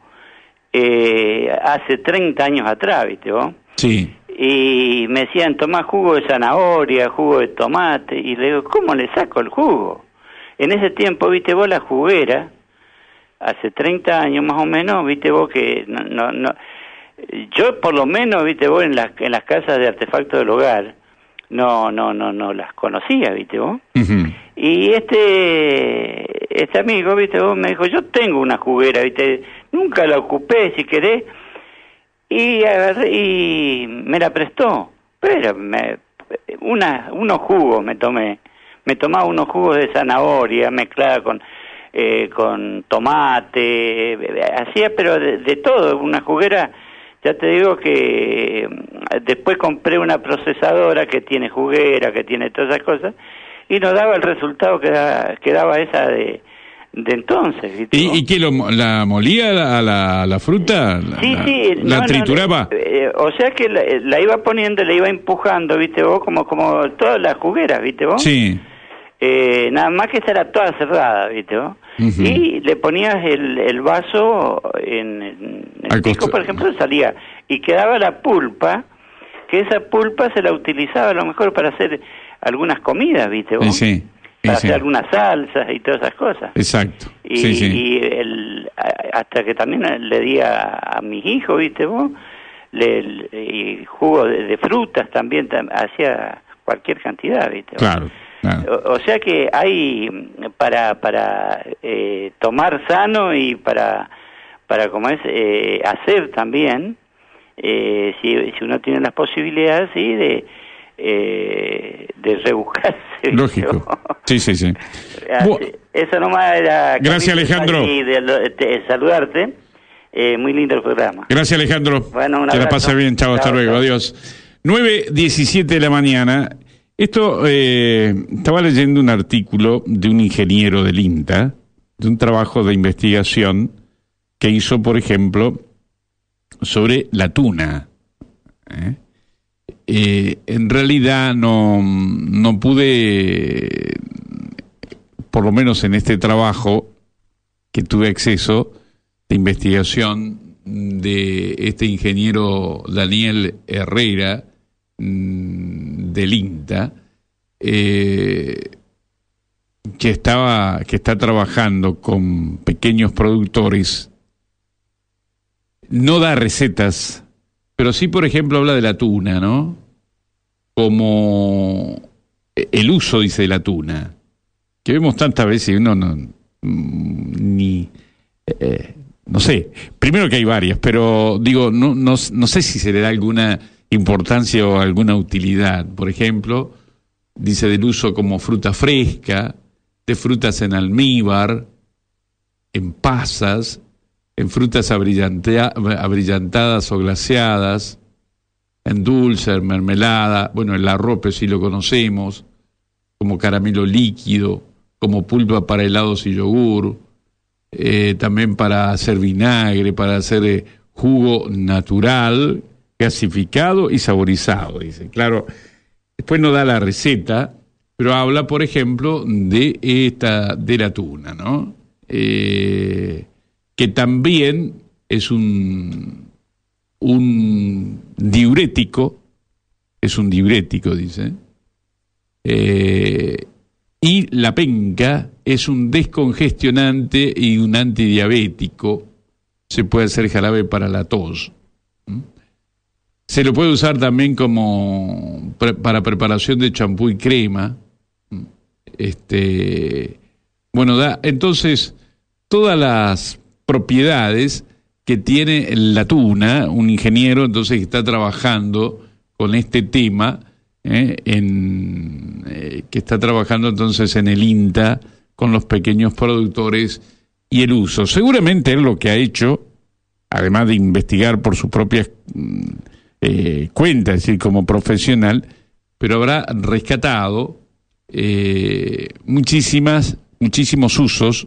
[SPEAKER 7] eh, hace 30 años atrás, ¿viste vos?
[SPEAKER 1] sí.
[SPEAKER 7] Y me decían, tomá jugo de zanahoria, jugo de tomate. Y le digo, ¿cómo le saco el jugo? En ese tiempo, viste vos, la juguera, hace 30 años más o menos, viste vos que no, no, no- Yo por lo menos, viste vos, en las, en las casas de artefactos del hogar, no, no, no, no las conocía, viste vos.
[SPEAKER 1] Ujú.
[SPEAKER 7] Y este, este amigo, viste, vos me dijo, yo tengo una juguera, viste, nunca la ocupé, si querés, y agarré- y me la prestó, pero me, una, unos jugos me tomé, me tomaba unos jugos de zanahoria mezclada con, eh, con tomate, eh, hacía pero de, de todo, una juguera, ya te digo que eh, después compré una procesadora que tiene juguera, que tiene todas esas cosas, y nos daba el resultado que, da- que daba esa de, de entonces. ¿viste
[SPEAKER 1] ¿Y,
[SPEAKER 7] vos?
[SPEAKER 1] y qué? Lo, mo- ¿La molía la, la, la fruta? ¿La,
[SPEAKER 7] Sí,
[SPEAKER 1] la-
[SPEAKER 7] sí.
[SPEAKER 1] la
[SPEAKER 7] no, no,
[SPEAKER 1] trituraba?
[SPEAKER 7] eh, o sea que la, la iba poniendo, la iba empujando, viste vos, como como todas las jugueras, viste vos.
[SPEAKER 1] sí.
[SPEAKER 7] Eh, nada más que esa era toda cerrada, viste vos.
[SPEAKER 1] Ujú.
[SPEAKER 7] Y le ponías el, el vaso en, en el
[SPEAKER 1] Al
[SPEAKER 7] pico,
[SPEAKER 1] costa-
[SPEAKER 7] por ejemplo, salía. Y quedaba la pulpa, que esa pulpa se la utilizaba a lo mejor para hacer algunas comidas, viste vos.
[SPEAKER 1] Y sí. y
[SPEAKER 7] Para
[SPEAKER 1] sí.
[SPEAKER 7] hacer algunas salsas y todas esas cosas
[SPEAKER 1] Exacto.
[SPEAKER 7] y,
[SPEAKER 1] sí, sí.
[SPEAKER 7] y el, a- hasta que también le di a, a mis hijos, viste vos, le, le- y jugo de, de frutas también, tam- hacía cualquier cantidad, viste vos.
[SPEAKER 1] claro. claro.
[SPEAKER 7] O, o sea que hay mm, para, para eh, tomar sano y para, para como es, eh, hacer también, eh, si, si uno tiene las posibilidades, sí, de, eh, de rebuscarse. ¿viste
[SPEAKER 1] Lógico.
[SPEAKER 7] vos?
[SPEAKER 1] Sí, sí, sí.
[SPEAKER 7] Así-
[SPEAKER 1] Bu-
[SPEAKER 7] Ah, Eso nomás era...
[SPEAKER 1] Gracias, Alejandro.
[SPEAKER 7] Y de lo- de este, saludarte. Eh, muy lindo el programa.
[SPEAKER 1] Gracias, Alejandro.
[SPEAKER 7] Bueno, un
[SPEAKER 1] que la
[SPEAKER 7] abrazo.
[SPEAKER 1] pase bien. Chao, hasta
[SPEAKER 7] Chao,
[SPEAKER 1] luego.
[SPEAKER 7] chao.
[SPEAKER 1] Adiós. 9.17 de la mañana. Esto, eh, estaba leyendo un artículo de un ingeniero del INTA, de un trabajo de investigación que hizo, por ejemplo, sobre la tuna. ¿eh? Eh, en realidad no, no pude, por lo menos en este trabajo que tuve acceso, de investigación de este ingeniero Daniel Herrera mm, del INTA, eh, que estaba, que está trabajando con pequeños productores, no da recetas, pero sí, por ejemplo, habla de la tuna, ¿no? Como el uso, dice, de la tuna, que vemos tantas veces y uno no, mm, ni, eh, no sé, primero que hay varias, pero digo, no, no, no sé si se le da alguna importancia o alguna utilidad. Por ejemplo, dice del uso como fruta fresca, de frutas en almíbar, en pasas, en frutas abrillantea- abrillantadas o glaseadas, en dulce, en mermelada, bueno, el arrope sí lo conocemos, como caramelo líquido, como pulpa para helados y yogur, eh, también para hacer vinagre, para hacer eh, jugo natural, gasificado y saborizado, dice. Claro, después no da la receta, pero habla, por ejemplo, de esta, de la tuna, ¿no? Eh, que también es un, un diurético, es un diurético, dice. Eh, y la penca es un descongestionante y un antidiabético. Se puede hacer jarabe para la tos. ¿Mm? Se lo puede usar también como pre- para preparación de champú y crema. ¿Mm? Este, bueno, da, entonces todas las propiedades que tiene la tuna, un ingeniero entonces que está trabajando con este tema, ¿eh? en, eh, que está trabajando entonces en el INTA con los pequeños productores y el uso. Seguramente él lo que ha hecho, además de investigar por sus propias mm, eh, cuentas, es decir, como profesional, pero habrá rescatado eh, muchísimas, muchísimos usos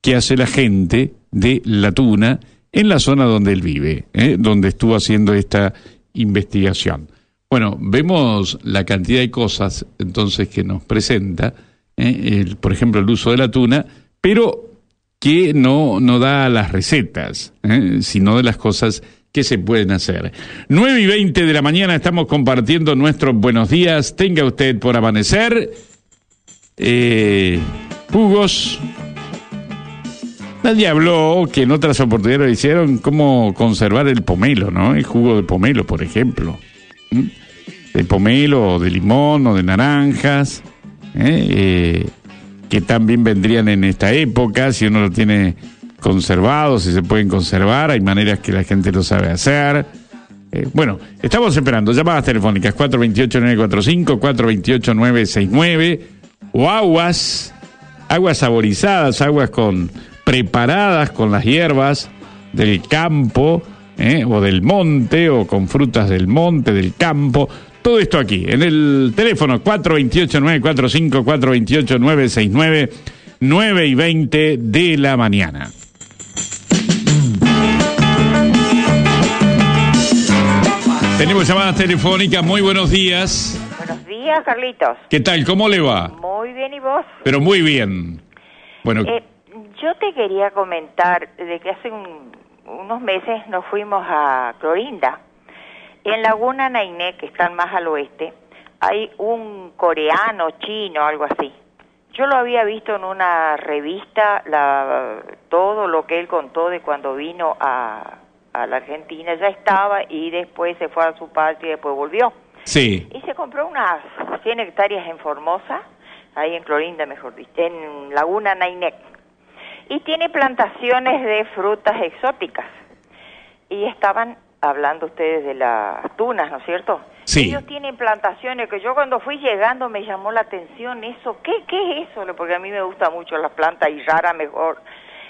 [SPEAKER 1] que hace la gente de La Tuna en la zona donde él vive, ¿eh? donde estuvo haciendo esta investigación. Bueno, vemos la cantidad de cosas entonces que nos presenta, ¿eh? El- por ejemplo, el uso de la tuna, pero que no, no da las recetas, ¿eh? sino de las cosas que se pueden hacer. 9 y 20 de la mañana estamos compartiendo nuestros buenos días. Tenga usted por amanecer eh, jugos. Nadie habló que en otras oportunidades lo hicieron cómo conservar el pomelo, ¿no? El jugo de pomelo, por ejemplo. ¿Mm? De pomelo, o de limón, o de naranjas, ¿eh? Eh, que también vendrían en esta época, si uno lo tiene conservado, si se pueden conservar, hay maneras que la gente lo sabe hacer. Eh, bueno, estamos esperando llamadas telefónicas 428-945, 428-969 o aguas, aguas saborizadas, aguas con preparadas con las hierbas del campo eh, o del monte o con frutas del monte, del campo. Todo esto aquí, en el teléfono 428-945, 428-969, 9 y 20 de la mañana. Tenemos llamadas telefónicas, muy buenos días.
[SPEAKER 8] Buenos días, Carlitos.
[SPEAKER 1] ¿Qué tal? ¿Cómo le va?
[SPEAKER 8] Muy bien, ¿y vos?
[SPEAKER 1] Pero muy bien. Bueno,
[SPEAKER 8] Eh, yo te quería comentar de que hace un- unos meses nos fuimos a Clorinda. En Laguna Nainé, que están más al oeste, hay un coreano, chino, algo así. Yo lo había visto en una revista, la- todo lo que él contó de cuando vino a, a la Argentina, ya estaba y después se fue a su patria y después volvió.
[SPEAKER 1] sí,
[SPEAKER 8] Y se compró unas 100 hectáreas en Formosa, ahí en Clorinda, mejor dicho, en Laguna Nainec. Y tiene plantaciones de frutas exóticas. Y estaban hablando ustedes de las tunas, ¿no es cierto?
[SPEAKER 1] Sí.
[SPEAKER 8] Ellos tienen plantaciones que yo cuando fui llegando me llamó la atención eso. ¿Qué, qué es eso? Porque a mí me gustan mucho las plantas y rara mejor.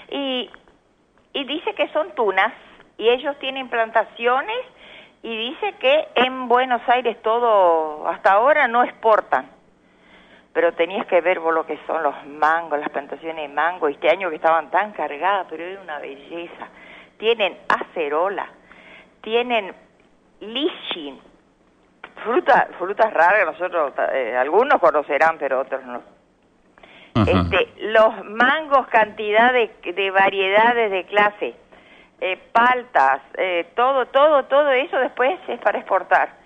[SPEAKER 8] Y y dice que son tunas y ellos tienen plantaciones y dice que en Buenos Aires todo hasta ahora no exportan. Pero tenías que ver vos lo que son los mangos, las plantaciones de mango, este año que estaban tan cargadas, pero era una belleza. Tienen acerola, tienen lichin, fruta, frutas raras, nosotros eh, algunos conocerán, pero otros no. Este, los mangos, cantidad de, de variedades de clase, eh, paltas, eh, todo, todo, todo eso después es para exportar.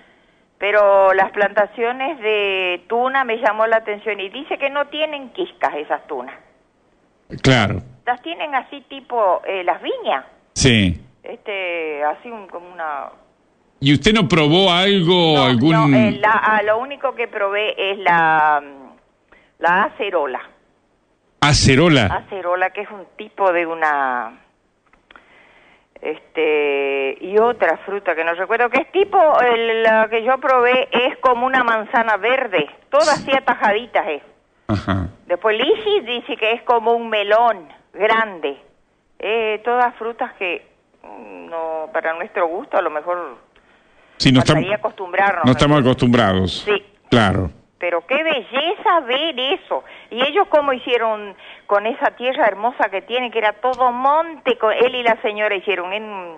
[SPEAKER 8] Pero las plantaciones de tuna me llamó la atención y dice que no tienen quiscas esas tunas. Eh,
[SPEAKER 1] Claro.
[SPEAKER 8] Las tienen así tipo eh, las viñas,
[SPEAKER 1] Sí.
[SPEAKER 8] este, así un- como una...
[SPEAKER 1] ¿Y usted no probó algo,
[SPEAKER 8] No,
[SPEAKER 1] algún...?
[SPEAKER 8] no, eh, la- ah, lo único que probé es la, mm, la acerola.
[SPEAKER 1] Acerola.
[SPEAKER 8] acerola, que es un tipo de una este y otra fruta que no recuerdo que es tipo el- la que yo probé es como una manzana verde, todas así atajaditas es.
[SPEAKER 1] Ajá.
[SPEAKER 8] Después Lizzy dice que es como un melón grande. Eh, todas frutas que mm, no para nuestro gusto a lo mejor
[SPEAKER 1] Sí, no,
[SPEAKER 8] Faltaría
[SPEAKER 1] estamos-
[SPEAKER 8] acostumbrarnos,
[SPEAKER 1] no
[SPEAKER 8] ¿no?
[SPEAKER 1] estamos acostumbrados.
[SPEAKER 8] Sí.
[SPEAKER 1] Claro.
[SPEAKER 8] Pero qué belleza ver eso. Y ellos cómo hicieron con esa tierra hermosa que tiene, que era todo monte, con él y la señora hicieron. En,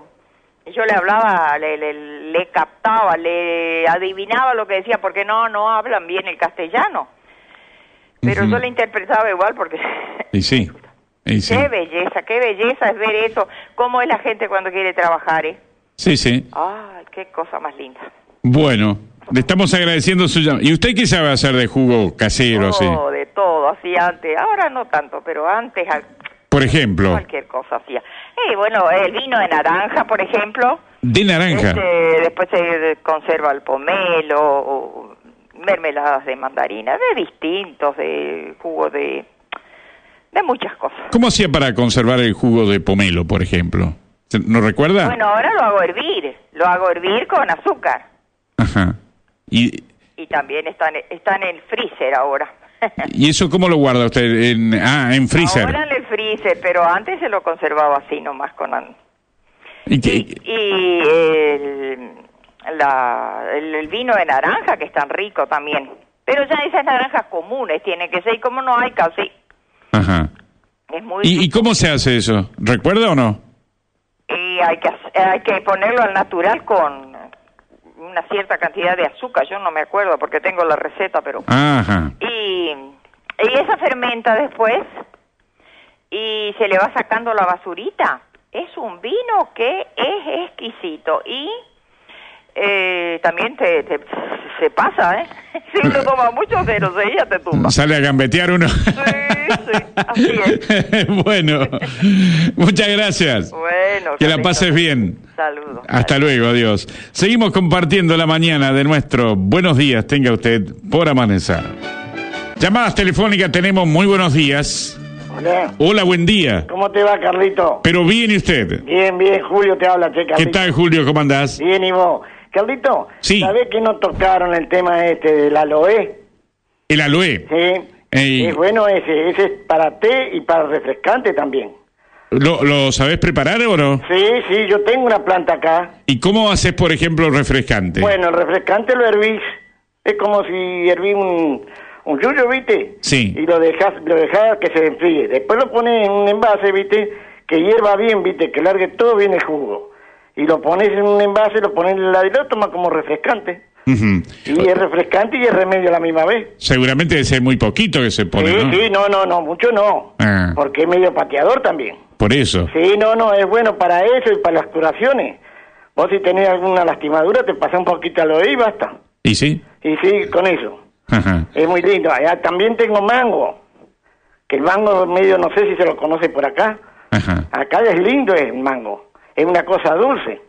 [SPEAKER 8] yo le hablaba, le, le, le captaba, le adivinaba lo que decía, porque no, no hablan bien el castellano. Pero
[SPEAKER 1] Ujú.
[SPEAKER 8] yo le interpretaba igual porque...
[SPEAKER 1] Y sí. Y sí.
[SPEAKER 8] [LAUGHS] Qué belleza, qué belleza es ver eso, cómo es la gente cuando quiere trabajar, ¿eh?
[SPEAKER 1] Sí, sí.
[SPEAKER 8] Ay, qué cosa más linda.
[SPEAKER 1] Bueno, le estamos agradeciendo su llamada. ¿Y usted qué sabe hacer de jugo casero, sí?
[SPEAKER 8] Todo, de todo, así antes. Ahora no tanto, pero antes al-
[SPEAKER 1] Por ejemplo,
[SPEAKER 8] cualquier cosa hacía. Eh, bueno, el vino de naranja, por ejemplo,
[SPEAKER 1] de naranja.
[SPEAKER 8] este, después se conserva el pomelo, o mermeladas de mandarina, de distintos, de jugo de, de muchas cosas.
[SPEAKER 1] ¿Cómo hacía para conservar el jugo de pomelo, por ejemplo? ¿Se- ¿No recuerda?
[SPEAKER 8] Bueno, ahora lo hago hervir, lo hago hervir con azúcar
[SPEAKER 1] Ajá. ¿Y,
[SPEAKER 8] y también está en, está en el freezer ahora.
[SPEAKER 1] ¿Y eso cómo lo guarda usted? En, ah, en freezer.
[SPEAKER 8] [LAUGHS] Ahora en el freezer, pero antes se lo conservaba así nomás con... an-
[SPEAKER 1] ¿Y qué-
[SPEAKER 8] Y, y el, la- el, el vino de naranja, que es tan rico también. Pero ya esas naranjas comunes tienen que ser, y como no hay casi,
[SPEAKER 1] Ajá.
[SPEAKER 8] es muy...
[SPEAKER 1] ¿Y, y cómo se hace eso? ¿Recuerda o no?
[SPEAKER 8] y hay que, hac- hay que ponerlo al natural con una cierta cantidad de azúcar, yo no me acuerdo porque tengo la receta, pero...
[SPEAKER 1] Ajá.
[SPEAKER 8] Y, y esa fermenta después y se le va sacando la basurita. Es un vino que es exquisito y eh, también te, te- se pasa, ¿eh? [LAUGHS] Si uno toma mucho, pero se ella te tumba.
[SPEAKER 1] Sale a gambetear uno.
[SPEAKER 8] sí, así
[SPEAKER 1] [LAUGHS] bueno, muchas gracias.
[SPEAKER 8] Bueno,
[SPEAKER 1] Que la
[SPEAKER 8] Carlitos,
[SPEAKER 1] pases bien.
[SPEAKER 8] Saludos.
[SPEAKER 1] Hasta luego, adiós. Seguimos compartiendo la mañana de nuestro Buenos días, tenga usted por amanecer. Llamadas telefónicas tenemos, muy buenos días.
[SPEAKER 9] Hola,
[SPEAKER 1] Hola, buen día.
[SPEAKER 9] ¿cómo te va, Carlito?
[SPEAKER 1] Pero bien, ¿y usted?
[SPEAKER 9] Bien, bien, Julio te habla, che,
[SPEAKER 1] ¿Qué
[SPEAKER 9] Carlito.
[SPEAKER 1] tal, Julio? ¿Cómo andás?
[SPEAKER 9] Bien, ¿y vos? Carlito,
[SPEAKER 1] Sí.
[SPEAKER 9] ¿sabés que no tocaron el tema este del aloe?
[SPEAKER 1] El aloe.
[SPEAKER 9] Sí.
[SPEAKER 1] Ey.
[SPEAKER 9] Es bueno ese, ese es para té y para refrescante también.
[SPEAKER 1] ¿Lo, lo sabés preparar o no?
[SPEAKER 9] Sí, sí, yo tengo una planta acá.
[SPEAKER 1] ¿Y cómo haces, por ejemplo, refrescante?
[SPEAKER 9] Bueno, el refrescante lo hervís. Es como si herví un, un yuyo, ¿viste?
[SPEAKER 1] Sí.
[SPEAKER 9] Y lo dejás, lo dejás que se enfríe. Después lo pones en un envase, ¿viste? Que hierva bien, ¿viste? Que largue todo bien el jugo. Y lo pones en un envase, lo pones en el heladero, lo tomas como refrescante.
[SPEAKER 1] Ujú.
[SPEAKER 9] Y es refrescante y es remedio a la misma vez.
[SPEAKER 1] Seguramente debe ser muy poquito que se pone,
[SPEAKER 9] sí,
[SPEAKER 1] ¿no?
[SPEAKER 9] sí, no, no, no, mucho no.
[SPEAKER 1] Ah.
[SPEAKER 9] Porque es medio pateador también.
[SPEAKER 1] Por eso.
[SPEAKER 9] Sí, no, no, es bueno para eso y para las curaciones. Vos si tenés alguna lastimadura, te pasás un poquito al oído y basta.
[SPEAKER 1] ¿Y sí?
[SPEAKER 9] Y sí, con eso.
[SPEAKER 1] Ajá.
[SPEAKER 9] Es muy lindo. Allá también tengo mango. Que el mango medio, no sé si se lo conoce por acá.
[SPEAKER 1] Ajá.
[SPEAKER 9] Acá es lindo el mango. Es una cosa dulce.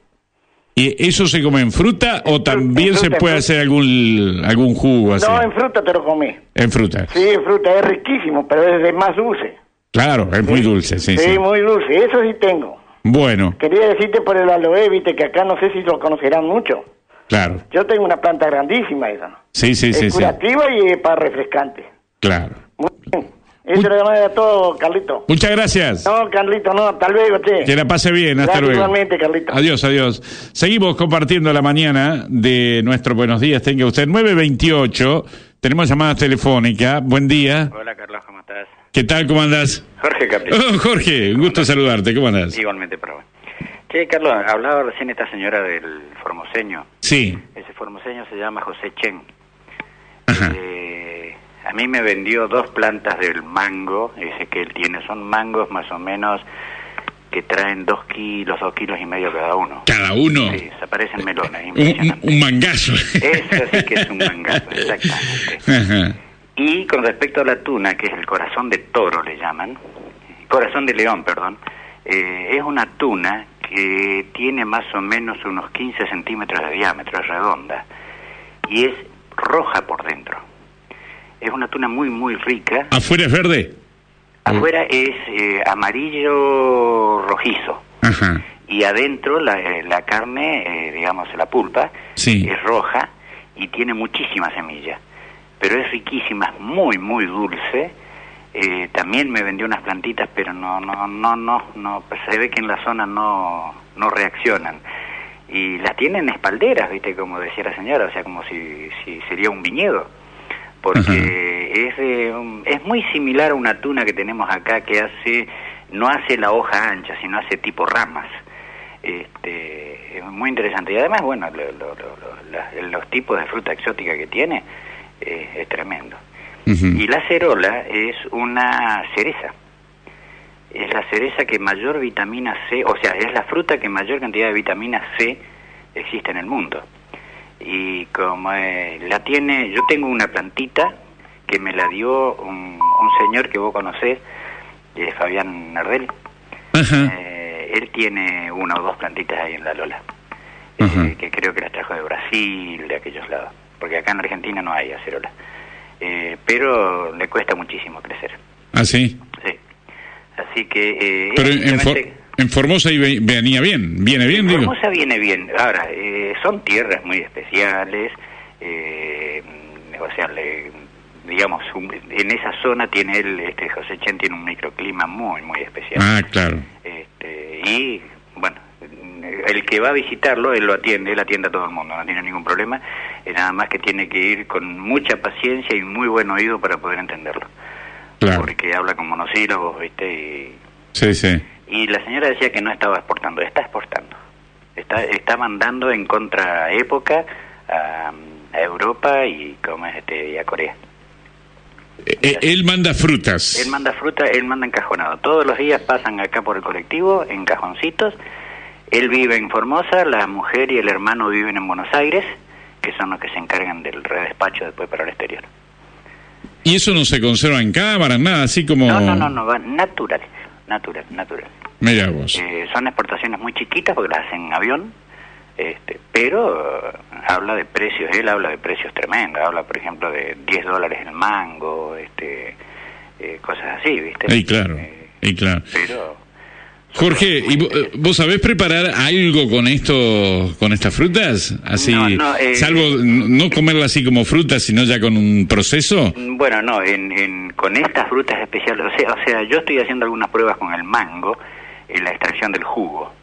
[SPEAKER 1] ¿Y eso se come en fruta o también
[SPEAKER 9] en
[SPEAKER 1] se
[SPEAKER 9] fruta, en
[SPEAKER 1] puede
[SPEAKER 9] fruta.
[SPEAKER 1] hacer algún, algún jugo así?
[SPEAKER 9] No, en fruta te lo comés.
[SPEAKER 1] En fruta.
[SPEAKER 9] Sí, en fruta es riquísimo, pero es de más dulce.
[SPEAKER 1] Claro, es muy dulce, sí, sí.
[SPEAKER 9] muy dulce. Eso sí tengo.
[SPEAKER 1] Bueno,
[SPEAKER 9] Quería decirte por el aloe, viste, que acá no sé si lo conocerán mucho.
[SPEAKER 1] claro.
[SPEAKER 9] Yo tengo una planta grandísima esa.
[SPEAKER 1] Sí, sí, sí,
[SPEAKER 9] es
[SPEAKER 1] sí.
[SPEAKER 9] curativa y es para refrescante.
[SPEAKER 1] Claro.
[SPEAKER 9] Muy bien. Eso le llamaba todo, Carlito.
[SPEAKER 1] Muchas gracias.
[SPEAKER 9] No, Carlito, no, hasta luego, che.
[SPEAKER 1] Que la pase bien, hasta
[SPEAKER 9] Gracias
[SPEAKER 1] luego.
[SPEAKER 9] Igualmente, Carlito.
[SPEAKER 1] Adiós, adiós. Seguimos compartiendo la mañana de nuestro Buenos Días. Tenga usted 928. Tenemos llamadas telefónicas. Buen día.
[SPEAKER 10] Hola Carlos, ¿cómo estás?
[SPEAKER 1] ¿Qué tal? ¿Cómo andás?
[SPEAKER 10] Jorge Capri.
[SPEAKER 1] Oh, Jorge, un gusto saludarte. ¿Cómo andás?
[SPEAKER 10] Igualmente para vos. Che, Carlos, hablaba recién esta señora del formoseño.
[SPEAKER 1] Sí.
[SPEAKER 10] Ese formoseño se llama José Chen. Eh, a mí me vendió dos plantas del mango, ese que él tiene. Son mangos más o menos que traen dos kilos, dos kilos y medio cada uno.
[SPEAKER 1] Cada uno.
[SPEAKER 10] Sí, se parecen melones.
[SPEAKER 1] Un, un- un
[SPEAKER 10] [LAUGHS]
[SPEAKER 1] mangazo.
[SPEAKER 10] Eso sí que es un
[SPEAKER 1] [LAUGHS]
[SPEAKER 10] mangazo, exactamente.
[SPEAKER 1] Ajá.
[SPEAKER 10] Y con respecto a la tuna, que es el corazón de toro, le llaman, corazón de león, perdón, eh, es una tuna que tiene más o menos unos 15 centímetros de diámetro, es redonda, y es roja por dentro. Es una tuna muy, muy rica.
[SPEAKER 1] ¿Afuera es verde?
[SPEAKER 10] Afuera es eh, amarillo rojizo,
[SPEAKER 1] Ajá.
[SPEAKER 10] y adentro la, eh, la carne, eh, digamos, la pulpa,
[SPEAKER 1] Sí.
[SPEAKER 10] es roja y tiene muchísima semilla, pero es riquísima, es muy, muy dulce. Eh, también me vendió unas plantitas, pero no, no, no, no, no, pues se ve que en la zona no, no reaccionan. Y las tienen espalderas, viste, como decía la señora, o sea, como si, si sería un viñedo. Porque es, de un- es muy similar a una tuna que tenemos acá que hace, no hace la hoja ancha, sino hace tipo ramas. Este, es muy interesante. Y además, bueno, lo- lo- lo- lo- la- los tipos de fruta exótica que tiene eh, es tremendo. Y la cerola es una cereza. Es la cereza que mayor vitamina C, o sea, es la fruta que mayor cantidad de vitamina C existe en el mundo. Y como eh, la tiene, yo tengo una plantita que me la dio un, un señor que vos conocés, eh, Fabián Nardel. Eh, él tiene una o dos plantitas ahí en la Lola, eh, que creo que las trajo de Brasil, de aquellos lados, porque acá en Argentina no hay acerola. Eh, pero le cuesta muchísimo crecer.
[SPEAKER 1] Ah, sí.
[SPEAKER 10] Así que... eh,
[SPEAKER 1] Pero
[SPEAKER 10] es
[SPEAKER 1] en, en For-
[SPEAKER 10] simplemente-
[SPEAKER 1] en Formosa ahí ve- venía bien. Viene bien, digo.
[SPEAKER 10] Formosa viene bien. Ahora, eh, son tierras muy especiales, eh, o sea, le- digamos, un- en esa zona tiene él, este, José Chen tiene un microclima muy, muy especial.
[SPEAKER 1] Ah, claro.
[SPEAKER 10] Este, y bueno, el que va a visitarlo, él lo atiende, él atiende a todo el mundo, no tiene ningún problema, eh, nada más que tiene que ir con mucha paciencia y muy buen oído para poder entenderlo,
[SPEAKER 1] Claro.
[SPEAKER 10] porque habla con monosílabos, ¿viste? Y,
[SPEAKER 1] Sí, Eh, sí.
[SPEAKER 10] y la señora decía que no estaba exportando, está exportando. Está, está mandando en contra época a, a Europa y, ¿cómo es este, y a Corea.
[SPEAKER 1] Eh, eh, él manda frutas.
[SPEAKER 10] Él manda fruta, él manda encajonado. Todos los días pasan acá por el colectivo en cajoncitos. Él vive en Formosa, la mujer y el hermano viven en Buenos Aires, que son los que se encargan del redespacho después para el exterior.
[SPEAKER 1] Y eso no se conserva en cámaras, nada, así como...
[SPEAKER 10] No, no, no, no, va natural, natural, natural.
[SPEAKER 1] Mira vos.
[SPEAKER 10] Eh, son exportaciones muy chiquitas porque las hacen en avión, este, pero eh, habla de precios, él habla de precios tremendos, habla por ejemplo de 10 dólares el mango, este, eh, cosas así, ¿viste?
[SPEAKER 1] Y claro,
[SPEAKER 10] eh,
[SPEAKER 1] y claro.
[SPEAKER 10] Pero
[SPEAKER 1] Jorge, ¿y vo- eh, vos sabés preparar algo con esto, con estas frutas? Así,
[SPEAKER 10] No, no, eh,
[SPEAKER 1] salvo n- no comerla así como fruta, sino ya con un proceso.
[SPEAKER 10] Bueno, no, en, en- con estas frutas especiales, o sea, o sea, yo estoy haciendo algunas pruebas con el mango, en la extracción del jugo.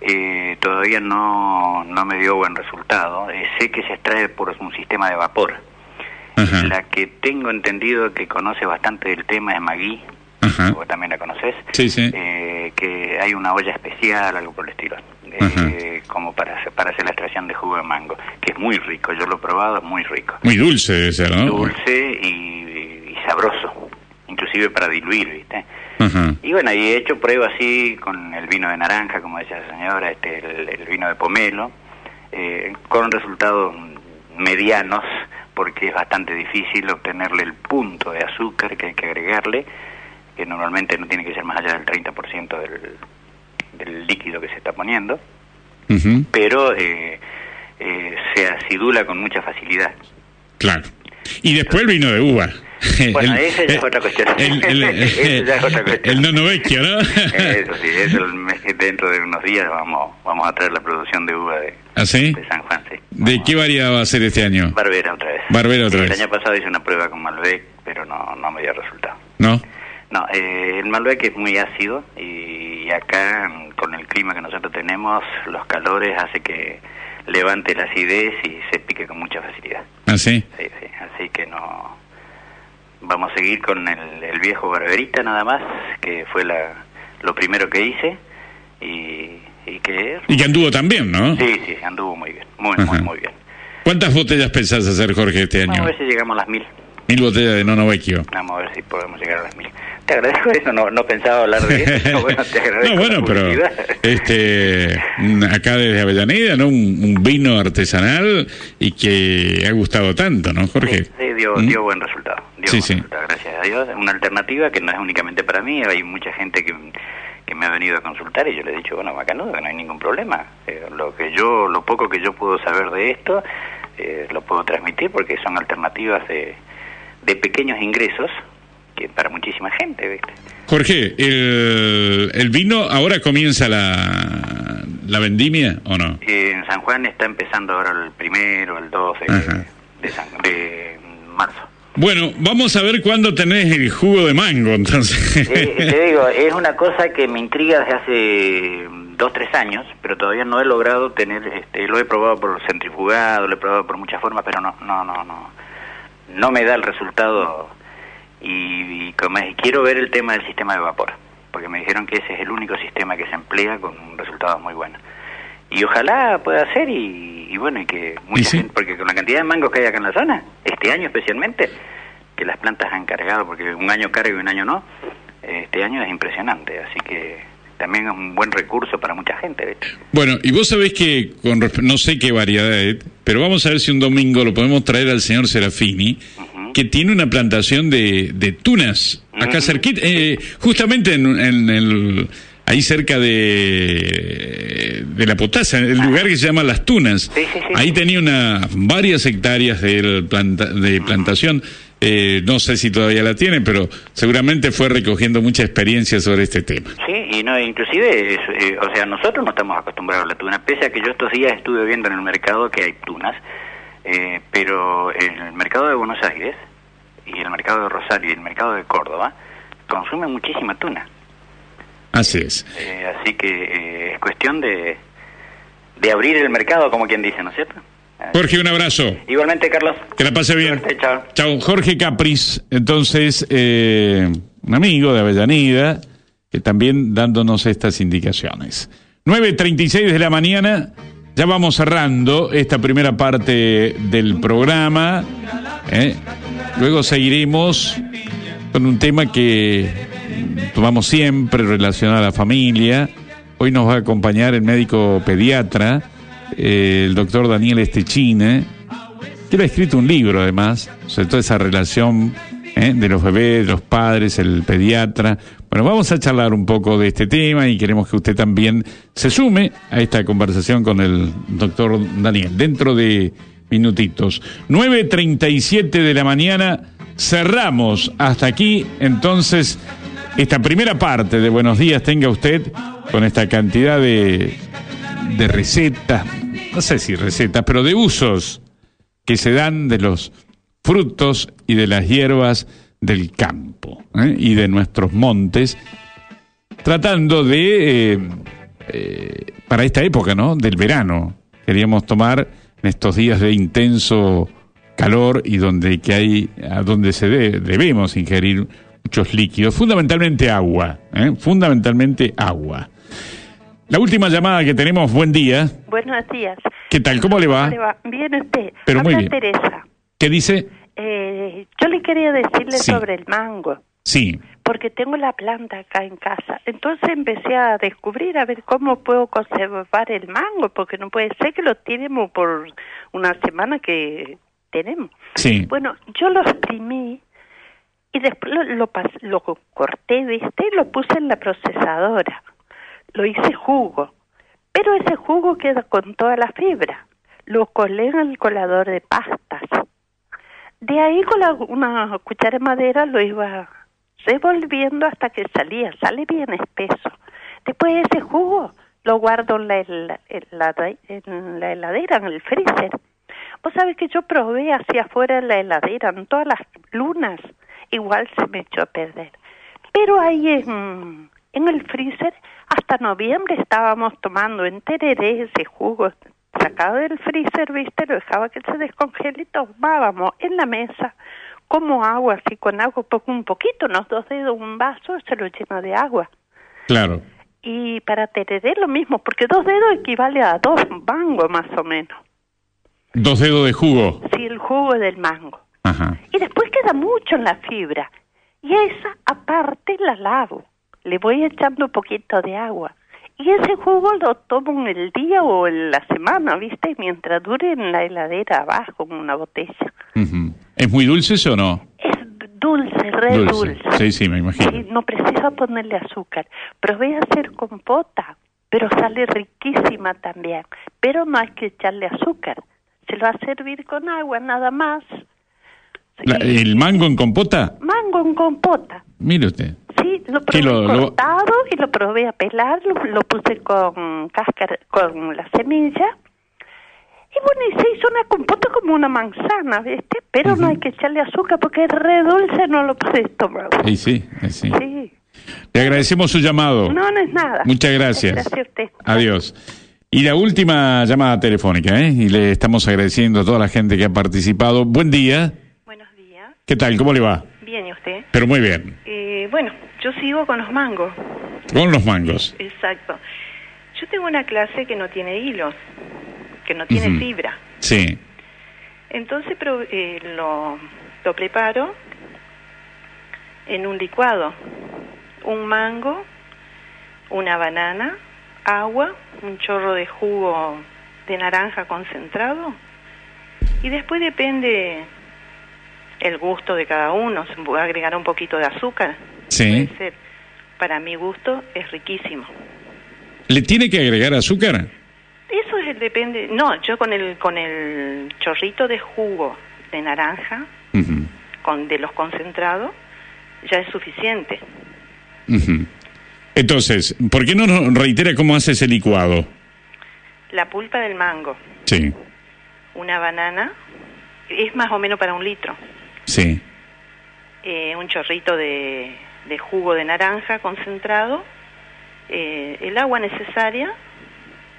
[SPEAKER 10] Eh, todavía no, no me dio buen resultado. Eh, sé que se extrae por un sistema de vapor. La que tengo entendido que conoce bastante del tema es Magui, vos también la conoces,
[SPEAKER 1] Sí, sí.
[SPEAKER 10] eh, que hay una olla especial, algo por el estilo, eh, como para, hacer- para hacer la extracción de jugo de mango, que es muy rico, yo lo he probado, es muy rico
[SPEAKER 1] Muy dulce debe ser, ¿no?
[SPEAKER 10] dulce y, y sabroso, inclusive para diluir, ¿viste?
[SPEAKER 1] Ajá.
[SPEAKER 10] Y bueno, y he hecho pruebas así con el vino de naranja, como decía la señora, este, el, el vino de pomelo, eh, con resultados medianos, porque es bastante difícil obtenerle el punto de azúcar que hay que agregarle, que normalmente no tiene que ser más allá del 30% del, del líquido que se está poniendo,
[SPEAKER 1] Ujú,
[SPEAKER 10] pero eh, eh, se acidula con mucha facilidad.
[SPEAKER 1] Claro. Y después el vino de uva. [LAUGHS]
[SPEAKER 10] Bueno,
[SPEAKER 1] Eh, el,
[SPEAKER 10] esa ya es otra cuestión.
[SPEAKER 1] el- el-
[SPEAKER 10] [LAUGHS] Esa ya es otra cuestión.
[SPEAKER 1] el nono vecchio, ¿no?
[SPEAKER 10] Eso sí, eso el mes que dentro de unos días vamos vamos a traer la producción de uva de,
[SPEAKER 1] ¿Así?
[SPEAKER 10] de San Juan, sí.
[SPEAKER 1] ¿Ah, ¿De qué variedad va a ser este año?
[SPEAKER 10] Barbera otra vez.
[SPEAKER 1] Barbera otra
[SPEAKER 10] el
[SPEAKER 1] vez.
[SPEAKER 10] año pasado hice una prueba con Malbec, pero no, no me dio resultado.
[SPEAKER 1] ¿No?
[SPEAKER 10] No, eh, el Malbec es muy ácido y acá con el clima que nosotros tenemos, los calores hace que levante la acidez y se pique con mucha facilidad.
[SPEAKER 1] ¿Ah, sí?
[SPEAKER 10] Sí, sí, así que no... Vamos a seguir con el, el viejo Barberita nada más, que fue la, lo primero que hice y, y que...
[SPEAKER 1] Y que anduvo también, ¿no?
[SPEAKER 10] Sí, sí, anduvo muy bien, muy, muy,
[SPEAKER 1] Ajá.
[SPEAKER 10] muy bien.
[SPEAKER 1] ¿Cuántas botellas pensás hacer, Jorge, este
[SPEAKER 10] Vamos
[SPEAKER 1] año?
[SPEAKER 10] a ver si llegamos a las mil.
[SPEAKER 1] Mil botellas de Nono Vecchio.
[SPEAKER 10] Vamos a ver si podemos llegar a las mil. Te agradezco eso, no, no pensaba hablar de eso. [LAUGHS] Bueno, te agradezco
[SPEAKER 1] No,
[SPEAKER 10] la
[SPEAKER 1] bueno, pero
[SPEAKER 10] publicidad.
[SPEAKER 1] este mm, acá desde Avellaneda, ¿no? Un, un vino artesanal y que ha gustado tanto, ¿no, Jorge?
[SPEAKER 10] Sí, dio,
[SPEAKER 1] ¿Mm?
[SPEAKER 10] dio buen resultado. Dio
[SPEAKER 1] Sí,
[SPEAKER 10] buen
[SPEAKER 1] sí.
[SPEAKER 10] resultado, gracias a Dios. Una alternativa que no es únicamente para mí, hay mucha gente que, que me ha venido a consultar y yo le he dicho, bueno, bacanudo, que no hay ningún problema. Eh, lo que yo, lo poco que yo puedo saber de esto, eh, lo puedo transmitir porque son alternativas de, de pequeños ingresos que para muchísima gente, ¿viste?
[SPEAKER 1] Jorge, el, el vino ahora comienza la, la vendimia o no?
[SPEAKER 10] Eh, En San Juan está empezando ahora el primero, el 12 de,
[SPEAKER 1] Ajá.
[SPEAKER 10] de San- de marzo.
[SPEAKER 1] Bueno, vamos a ver cuándo tenés el jugo de mango, entonces.
[SPEAKER 10] Eh,
[SPEAKER 1] [LAUGHS]
[SPEAKER 10] te digo, es una cosa que me intriga desde hace mm, dos, tres años, pero todavía no he logrado tener, este, lo he probado por centrifugado, lo he probado por muchas formas, pero no, no, no, no, no me da el resultado y, y como es, quiero ver el tema del sistema de vapor, porque me dijeron que ese es el único sistema que se emplea con un resultado muy bueno. Y ojalá pueda ser y, y bueno, y que mucha gente, porque con la cantidad de mangos que hay acá en la zona, este año especialmente, que las plantas han cargado, porque un año carga y un año no, este año es impresionante, así que también es un buen recurso para mucha gente. ¿viste?
[SPEAKER 1] Bueno, y vos sabés que, con, resp- no sé qué variedad es, pero vamos a ver si un domingo lo podemos traer al señor Serafini, que tiene una plantación de, de tunas, acá cerquita, eh, justamente en, en el, ahí cerca de, de la potasa, el lugar que se llama Las Tunas. ahí tenía una, varias hectáreas de, planta- de plantación. Eh, no sé si todavía la tiene, pero seguramente fue recogiendo mucha experiencia sobre este tema.
[SPEAKER 10] Sí, y no, inclusive, es, eh, o sea, nosotros no estamos acostumbrados a la tuna, pese a que yo estos días estuve viendo en el mercado que hay tunas, eh, pero en el mercado de Buenos Aires y el mercado de Rosario y el mercado de Córdoba consumen muchísima tuna,
[SPEAKER 1] Así es.
[SPEAKER 10] Eh, así que eh, es cuestión de, de abrir el mercado, como quien dice, ¿no es cierto?
[SPEAKER 1] Jorge, un abrazo.
[SPEAKER 10] Igualmente, Carlos.
[SPEAKER 1] Que la pase bien.
[SPEAKER 10] Chao.
[SPEAKER 1] Chau, Jorge Capris. Entonces, eh, un amigo de Avellaneda, que también dándonos estas indicaciones. 9.36 de la mañana, ya vamos cerrando esta primera parte del programa. ¿eh? Luego seguiremos con un tema que tomamos siempre relacionado a la familia. Hoy nos va a acompañar el médico pediatra, eh, el doctor Daniel Estechine que él ha escrito un libro además, sobre toda esa relación ¿eh? de los bebés, de los padres, el pediatra. Bueno, vamos a charlar un poco de este tema y queremos que usted también se sume a esta conversación con el doctor Daniel dentro de minutitos. 9.37 de la mañana, cerramos hasta aquí entonces esta primera parte de Buenos Días tenga usted con esta cantidad de, de recetas, no sé si recetas, pero de usos que se dan de los frutos y de las hierbas del campo ¿eh? y de nuestros montes, tratando de, eh, eh, para esta época, ¿no? Del verano. Queríamos tomar en estos días de intenso calor y donde que hay, a donde se de- debemos ingerir muchos líquidos, fundamentalmente agua, ¿eh? fundamentalmente agua. La última llamada que tenemos, buen día.
[SPEAKER 11] Buenos días.
[SPEAKER 1] ¿Qué tal? ¿Cómo le va?
[SPEAKER 11] ¿Cómo le va? Bien usted.
[SPEAKER 1] Pero muy
[SPEAKER 11] Habla
[SPEAKER 1] bien.
[SPEAKER 11] Teresa.
[SPEAKER 1] ¿Qué dice?
[SPEAKER 11] Eh, yo le quería decirle
[SPEAKER 1] Sí.
[SPEAKER 11] sobre el mango,
[SPEAKER 1] Sí.
[SPEAKER 11] porque tengo la planta acá en casa. Entonces empecé a descubrir a ver cómo puedo conservar el mango, porque no puede ser que lo tenemos por una semana que tenemos.
[SPEAKER 1] Sí.
[SPEAKER 11] Bueno, yo lo exprimí y después lo, lo, pas- lo corté, ¿viste? Y lo puse en la procesadora. Lo hice jugo. Pero ese jugo queda con toda la fibra. Lo colé en el colador de pastas. De ahí con la- una cuchara de madera lo iba revolviendo hasta que salía. Sale bien espeso. Después ese jugo lo guardo en la, hel- en la, en la heladera, en el freezer. Vos sabés que yo probé hacia afuera en la heladera, en todas las lunas, igual se me echó a perder. Pero ahí en, en el freezer, hasta noviembre estábamos tomando en tereré ese jugo sacado del freezer, viste, lo dejaba que se descongele y tomábamos en la mesa como agua, así con agua, poco un poquito, unos dos dedos, un vaso, se lo llena de agua.
[SPEAKER 1] Claro.
[SPEAKER 11] Y para tereré lo mismo, porque dos dedos equivale a dos mangos más o menos.
[SPEAKER 1] Dos dedos de jugo.
[SPEAKER 11] Sí, el jugo del mango.
[SPEAKER 1] Ajá.
[SPEAKER 11] Y después queda mucho en la fibra. Y esa aparte la lavo. Le voy echando un poquito de agua. Y ese jugo lo tomo en el día o en la semana, ¿viste? Mientras dure en la heladera abajo, en una botella.
[SPEAKER 1] Ujú. ¿Es muy dulce eso o no?
[SPEAKER 11] Dulce, re dulce.
[SPEAKER 1] Sí, sí, me imagino.
[SPEAKER 11] Sí, no precisa ponerle azúcar. Probé a hacer compota, pero sale riquísima también. Pero no hay que echarle azúcar. Se lo va a servir con agua, nada más.
[SPEAKER 1] La- ¿El mango en compota?
[SPEAKER 11] Mango en compota.
[SPEAKER 1] Mire usted.
[SPEAKER 11] Sí, lo
[SPEAKER 1] ¿Qué
[SPEAKER 11] probé
[SPEAKER 1] lo- lo-
[SPEAKER 11] cortado y lo probé a pelar, lo, lo puse con cáscara, con la semilla. Y bueno, y se hizo una compota como una manzana, ¿viste? Pero no hay que echarle azúcar porque es re dulce, no lo puedes tomar.
[SPEAKER 1] Sí, sí, eh, sí.
[SPEAKER 11] Sí.
[SPEAKER 1] Le agradecemos su llamado.
[SPEAKER 11] No, no es nada.
[SPEAKER 1] Muchas gracias.
[SPEAKER 11] Gracias a usted.
[SPEAKER 1] Adiós. Y la última llamada telefónica, ¿eh? Y le estamos agradeciendo a toda la gente que ha participado. Buen día.
[SPEAKER 12] Buenos días.
[SPEAKER 1] ¿Qué tal? ¿Cómo le va?
[SPEAKER 12] Bien, ¿y usted?
[SPEAKER 1] Pero muy bien.
[SPEAKER 12] Eh, bueno, yo sigo con los mangos.
[SPEAKER 1] Con los mangos.
[SPEAKER 12] Exacto. Yo tengo una clase que no tiene hilos, que no tiene
[SPEAKER 1] Ujú.
[SPEAKER 12] fibra.
[SPEAKER 1] Sí.
[SPEAKER 12] Entonces pro- eh, lo, lo preparo en un licuado. Un mango, una banana, agua, un chorro de jugo de naranja concentrado. Y después depende el gusto de cada uno. Se puede agregar un poquito de azúcar.
[SPEAKER 1] Sí.
[SPEAKER 12] Puede ser. Para mi gusto es riquísimo.
[SPEAKER 1] ¿Le tiene que agregar azúcar?
[SPEAKER 12] Eso es el depende. No, yo con el con el chorrito de jugo de naranja,
[SPEAKER 1] Ujú,
[SPEAKER 12] con de los concentrados, ya es suficiente.
[SPEAKER 1] ujú. Entonces, ¿por qué no nos reitera cómo hace ese licuado?
[SPEAKER 12] La pulpa del mango,
[SPEAKER 1] Sí,
[SPEAKER 12] una banana, es más o menos para un litro.
[SPEAKER 1] sí.
[SPEAKER 12] eh, un chorrito de, de jugo de naranja concentrado, eh, el agua necesaria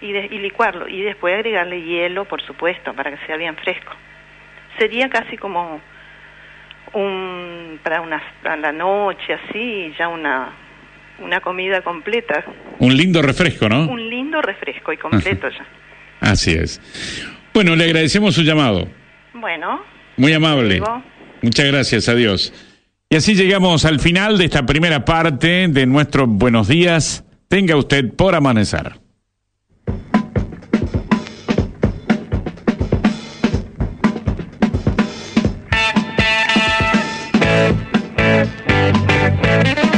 [SPEAKER 12] y, de- y licuarlo. Y después agregarle hielo, por supuesto, para que sea bien fresco. Sería casi como un, para, una, para la noche, así, ya una, una comida completa.
[SPEAKER 1] Un lindo refresco, ¿no?
[SPEAKER 12] Un lindo refresco y completo ya.
[SPEAKER 1] Así es. Bueno, le agradecemos su llamado.
[SPEAKER 12] Bueno,
[SPEAKER 1] Muy amable.
[SPEAKER 12] digo,
[SPEAKER 1] Muchas gracias, adiós. Y así llegamos al final de esta primera parte de nuestro Buenos Días. Tenga usted por amanecer.
[SPEAKER 5] Thank you.